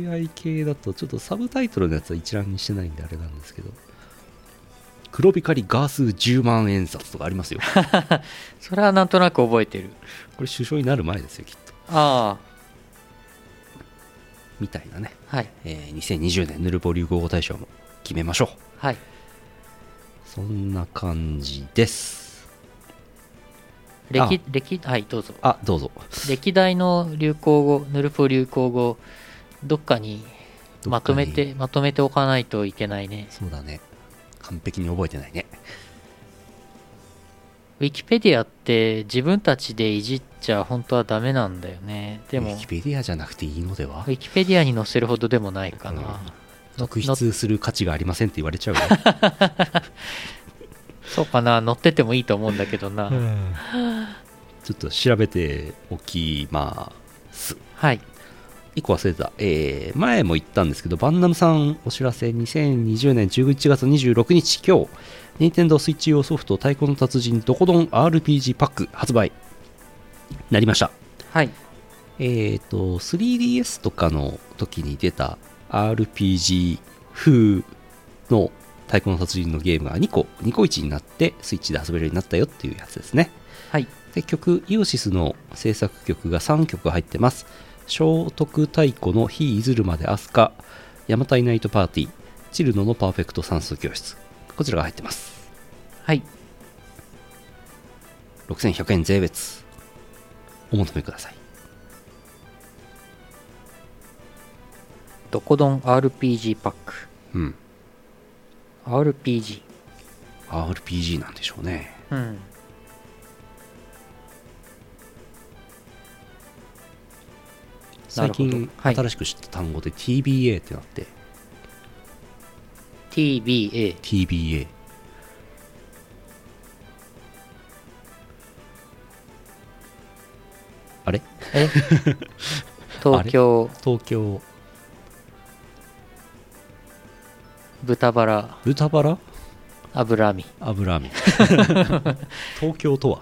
[SPEAKER 2] AI 系だとちょっとサブタイトルのやつは一覧にしてないんであれなんですけど黒光りガース10万円札とかありま すよこ
[SPEAKER 1] それはなんとなく覚えてる
[SPEAKER 2] れ首相になる前ですよきっと
[SPEAKER 1] あ
[SPEAKER 2] みたいなね、
[SPEAKER 1] あはい
[SPEAKER 2] えー2020年ヌルボ流行語大賞も決めましょう
[SPEAKER 1] はい
[SPEAKER 2] そんな感じです
[SPEAKER 1] 歴歴はいどうぞ
[SPEAKER 2] あどうぞ
[SPEAKER 1] 歴代の流行語ヌルポ流行語どっかに
[SPEAKER 2] どっか
[SPEAKER 1] まと
[SPEAKER 2] に
[SPEAKER 1] めてまとめておかないといけないね
[SPEAKER 2] そうだね完璧に覚えてないね
[SPEAKER 1] ウィキペディアって自分たちでいじっちゃ本当はダメなんだよねで
[SPEAKER 2] ウ
[SPEAKER 1] も
[SPEAKER 2] ィキペディアじゃなくていいのでは
[SPEAKER 1] ウィキペディアに載せるほどでもないか
[SPEAKER 2] うん
[SPEAKER 1] な
[SPEAKER 2] 特筆する価値がありませんって言われちゃ うよ
[SPEAKER 1] そうかな載っててもいいと思うんだけどな
[SPEAKER 2] ちょっと調べておきます。
[SPEAKER 1] はい
[SPEAKER 2] 一個忘れてた。えー前も言ったんですけど、バンナムさんお知らせ、2020年11月26日、今日、任天堂スイッチ用ソフト、太鼓の達人、ドコドン RPG パック発売、なりました。
[SPEAKER 1] はい
[SPEAKER 2] えっ、と、3DS とかの時に出た RPG 風の太鼓の達人のゲームが2個、2個1になって、スイッチで遊べるようになったよっていうやつですね。
[SPEAKER 1] はい
[SPEAKER 2] で曲イオシスの制作曲が3曲入ってます聖徳太鼓の「日いずるまでアスカ」「邪馬台ナイトパーティー」「チルノのパーフェクト算数教室」こちらが入ってます
[SPEAKER 1] はい
[SPEAKER 2] 6100円税別お求めください
[SPEAKER 1] ドコドン RPG パック
[SPEAKER 2] うん
[SPEAKER 1] RPG
[SPEAKER 2] RPG なんでしょうね
[SPEAKER 1] うんな
[SPEAKER 2] 最
[SPEAKER 1] るほど
[SPEAKER 2] 近
[SPEAKER 1] はい
[SPEAKER 2] 新しく知った単語で TBA ってなって、
[SPEAKER 1] TBA
[SPEAKER 2] TBA あれ
[SPEAKER 1] え東京
[SPEAKER 2] 東京
[SPEAKER 1] 豚バラ
[SPEAKER 2] 豚バラ
[SPEAKER 1] 脂身
[SPEAKER 2] 油網 東京とは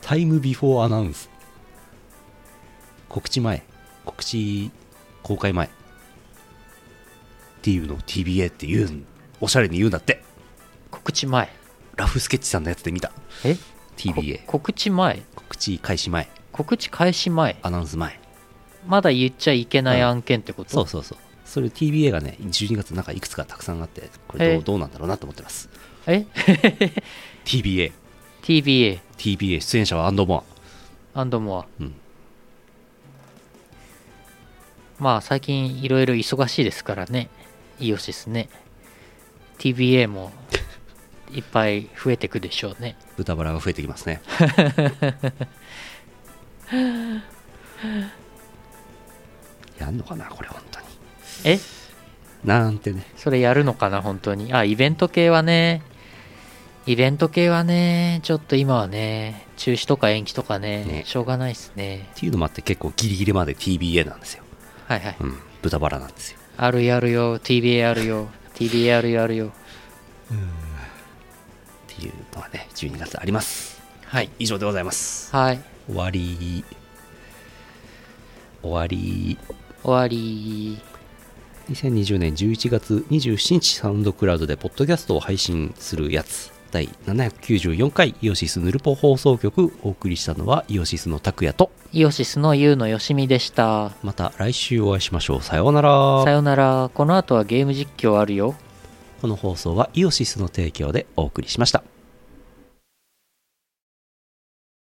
[SPEAKER 2] タイムビフォーアナウンス告知前告知公開前っていうのを TBA って言うんおしゃれに言うんだって
[SPEAKER 1] 告知前
[SPEAKER 2] ラフスケッチさんのやつで見た
[SPEAKER 1] え
[SPEAKER 2] TBA
[SPEAKER 1] こ告知前
[SPEAKER 2] 告知開始前
[SPEAKER 1] 告知開始前
[SPEAKER 2] アナウンス前
[SPEAKER 1] まだ言っちゃいけない案件ってこと、
[SPEAKER 2] そうそうそうそれ TBA がね12月なんかいくつかたくさんあってこれど
[SPEAKER 1] え
[SPEAKER 2] うどうなんだろうなと思ってます
[SPEAKER 1] え
[SPEAKER 2] TBATBA
[SPEAKER 1] ?TBA&
[SPEAKER 2] 出演者はアンドモ
[SPEAKER 1] モア
[SPEAKER 2] ア、うん、
[SPEAKER 1] まあ最近いろいろ忙しいですからねイオシスね TBA もいっぱい増えてくでしょうね
[SPEAKER 2] 豚バラが増えてきます ねやんのかなこれ本当に
[SPEAKER 1] え
[SPEAKER 2] なんてね
[SPEAKER 1] それやるのかな本当にあイベント系はねイベント系はねちょっと今はね中止とか延期とかね
[SPEAKER 2] ね
[SPEAKER 1] しょうがないですね
[SPEAKER 2] っていうのもあって結構ギリギリまで TBA なんですよ、
[SPEAKER 1] はいはい、
[SPEAKER 2] うん、豚バラなんですよ
[SPEAKER 1] あるやるよ TBA あるよ TBA あるよあるよ
[SPEAKER 2] っていうのはね12月あります
[SPEAKER 1] はい
[SPEAKER 2] 以上でございます
[SPEAKER 1] はい
[SPEAKER 2] 終わり終わり
[SPEAKER 1] 終わり
[SPEAKER 2] 2020年11月27日サウンドクラウドでポッドキャストを配信するやつ第794回イオシスヌルポ放送局お送りしたのはイオシスの拓也と
[SPEAKER 1] イオシスのゆうのよしみでした
[SPEAKER 2] また来週お会いしましょうさようなら
[SPEAKER 1] さよならこの後はゲーム実況あるよ
[SPEAKER 2] この放送はイオシスの提供でお送りしました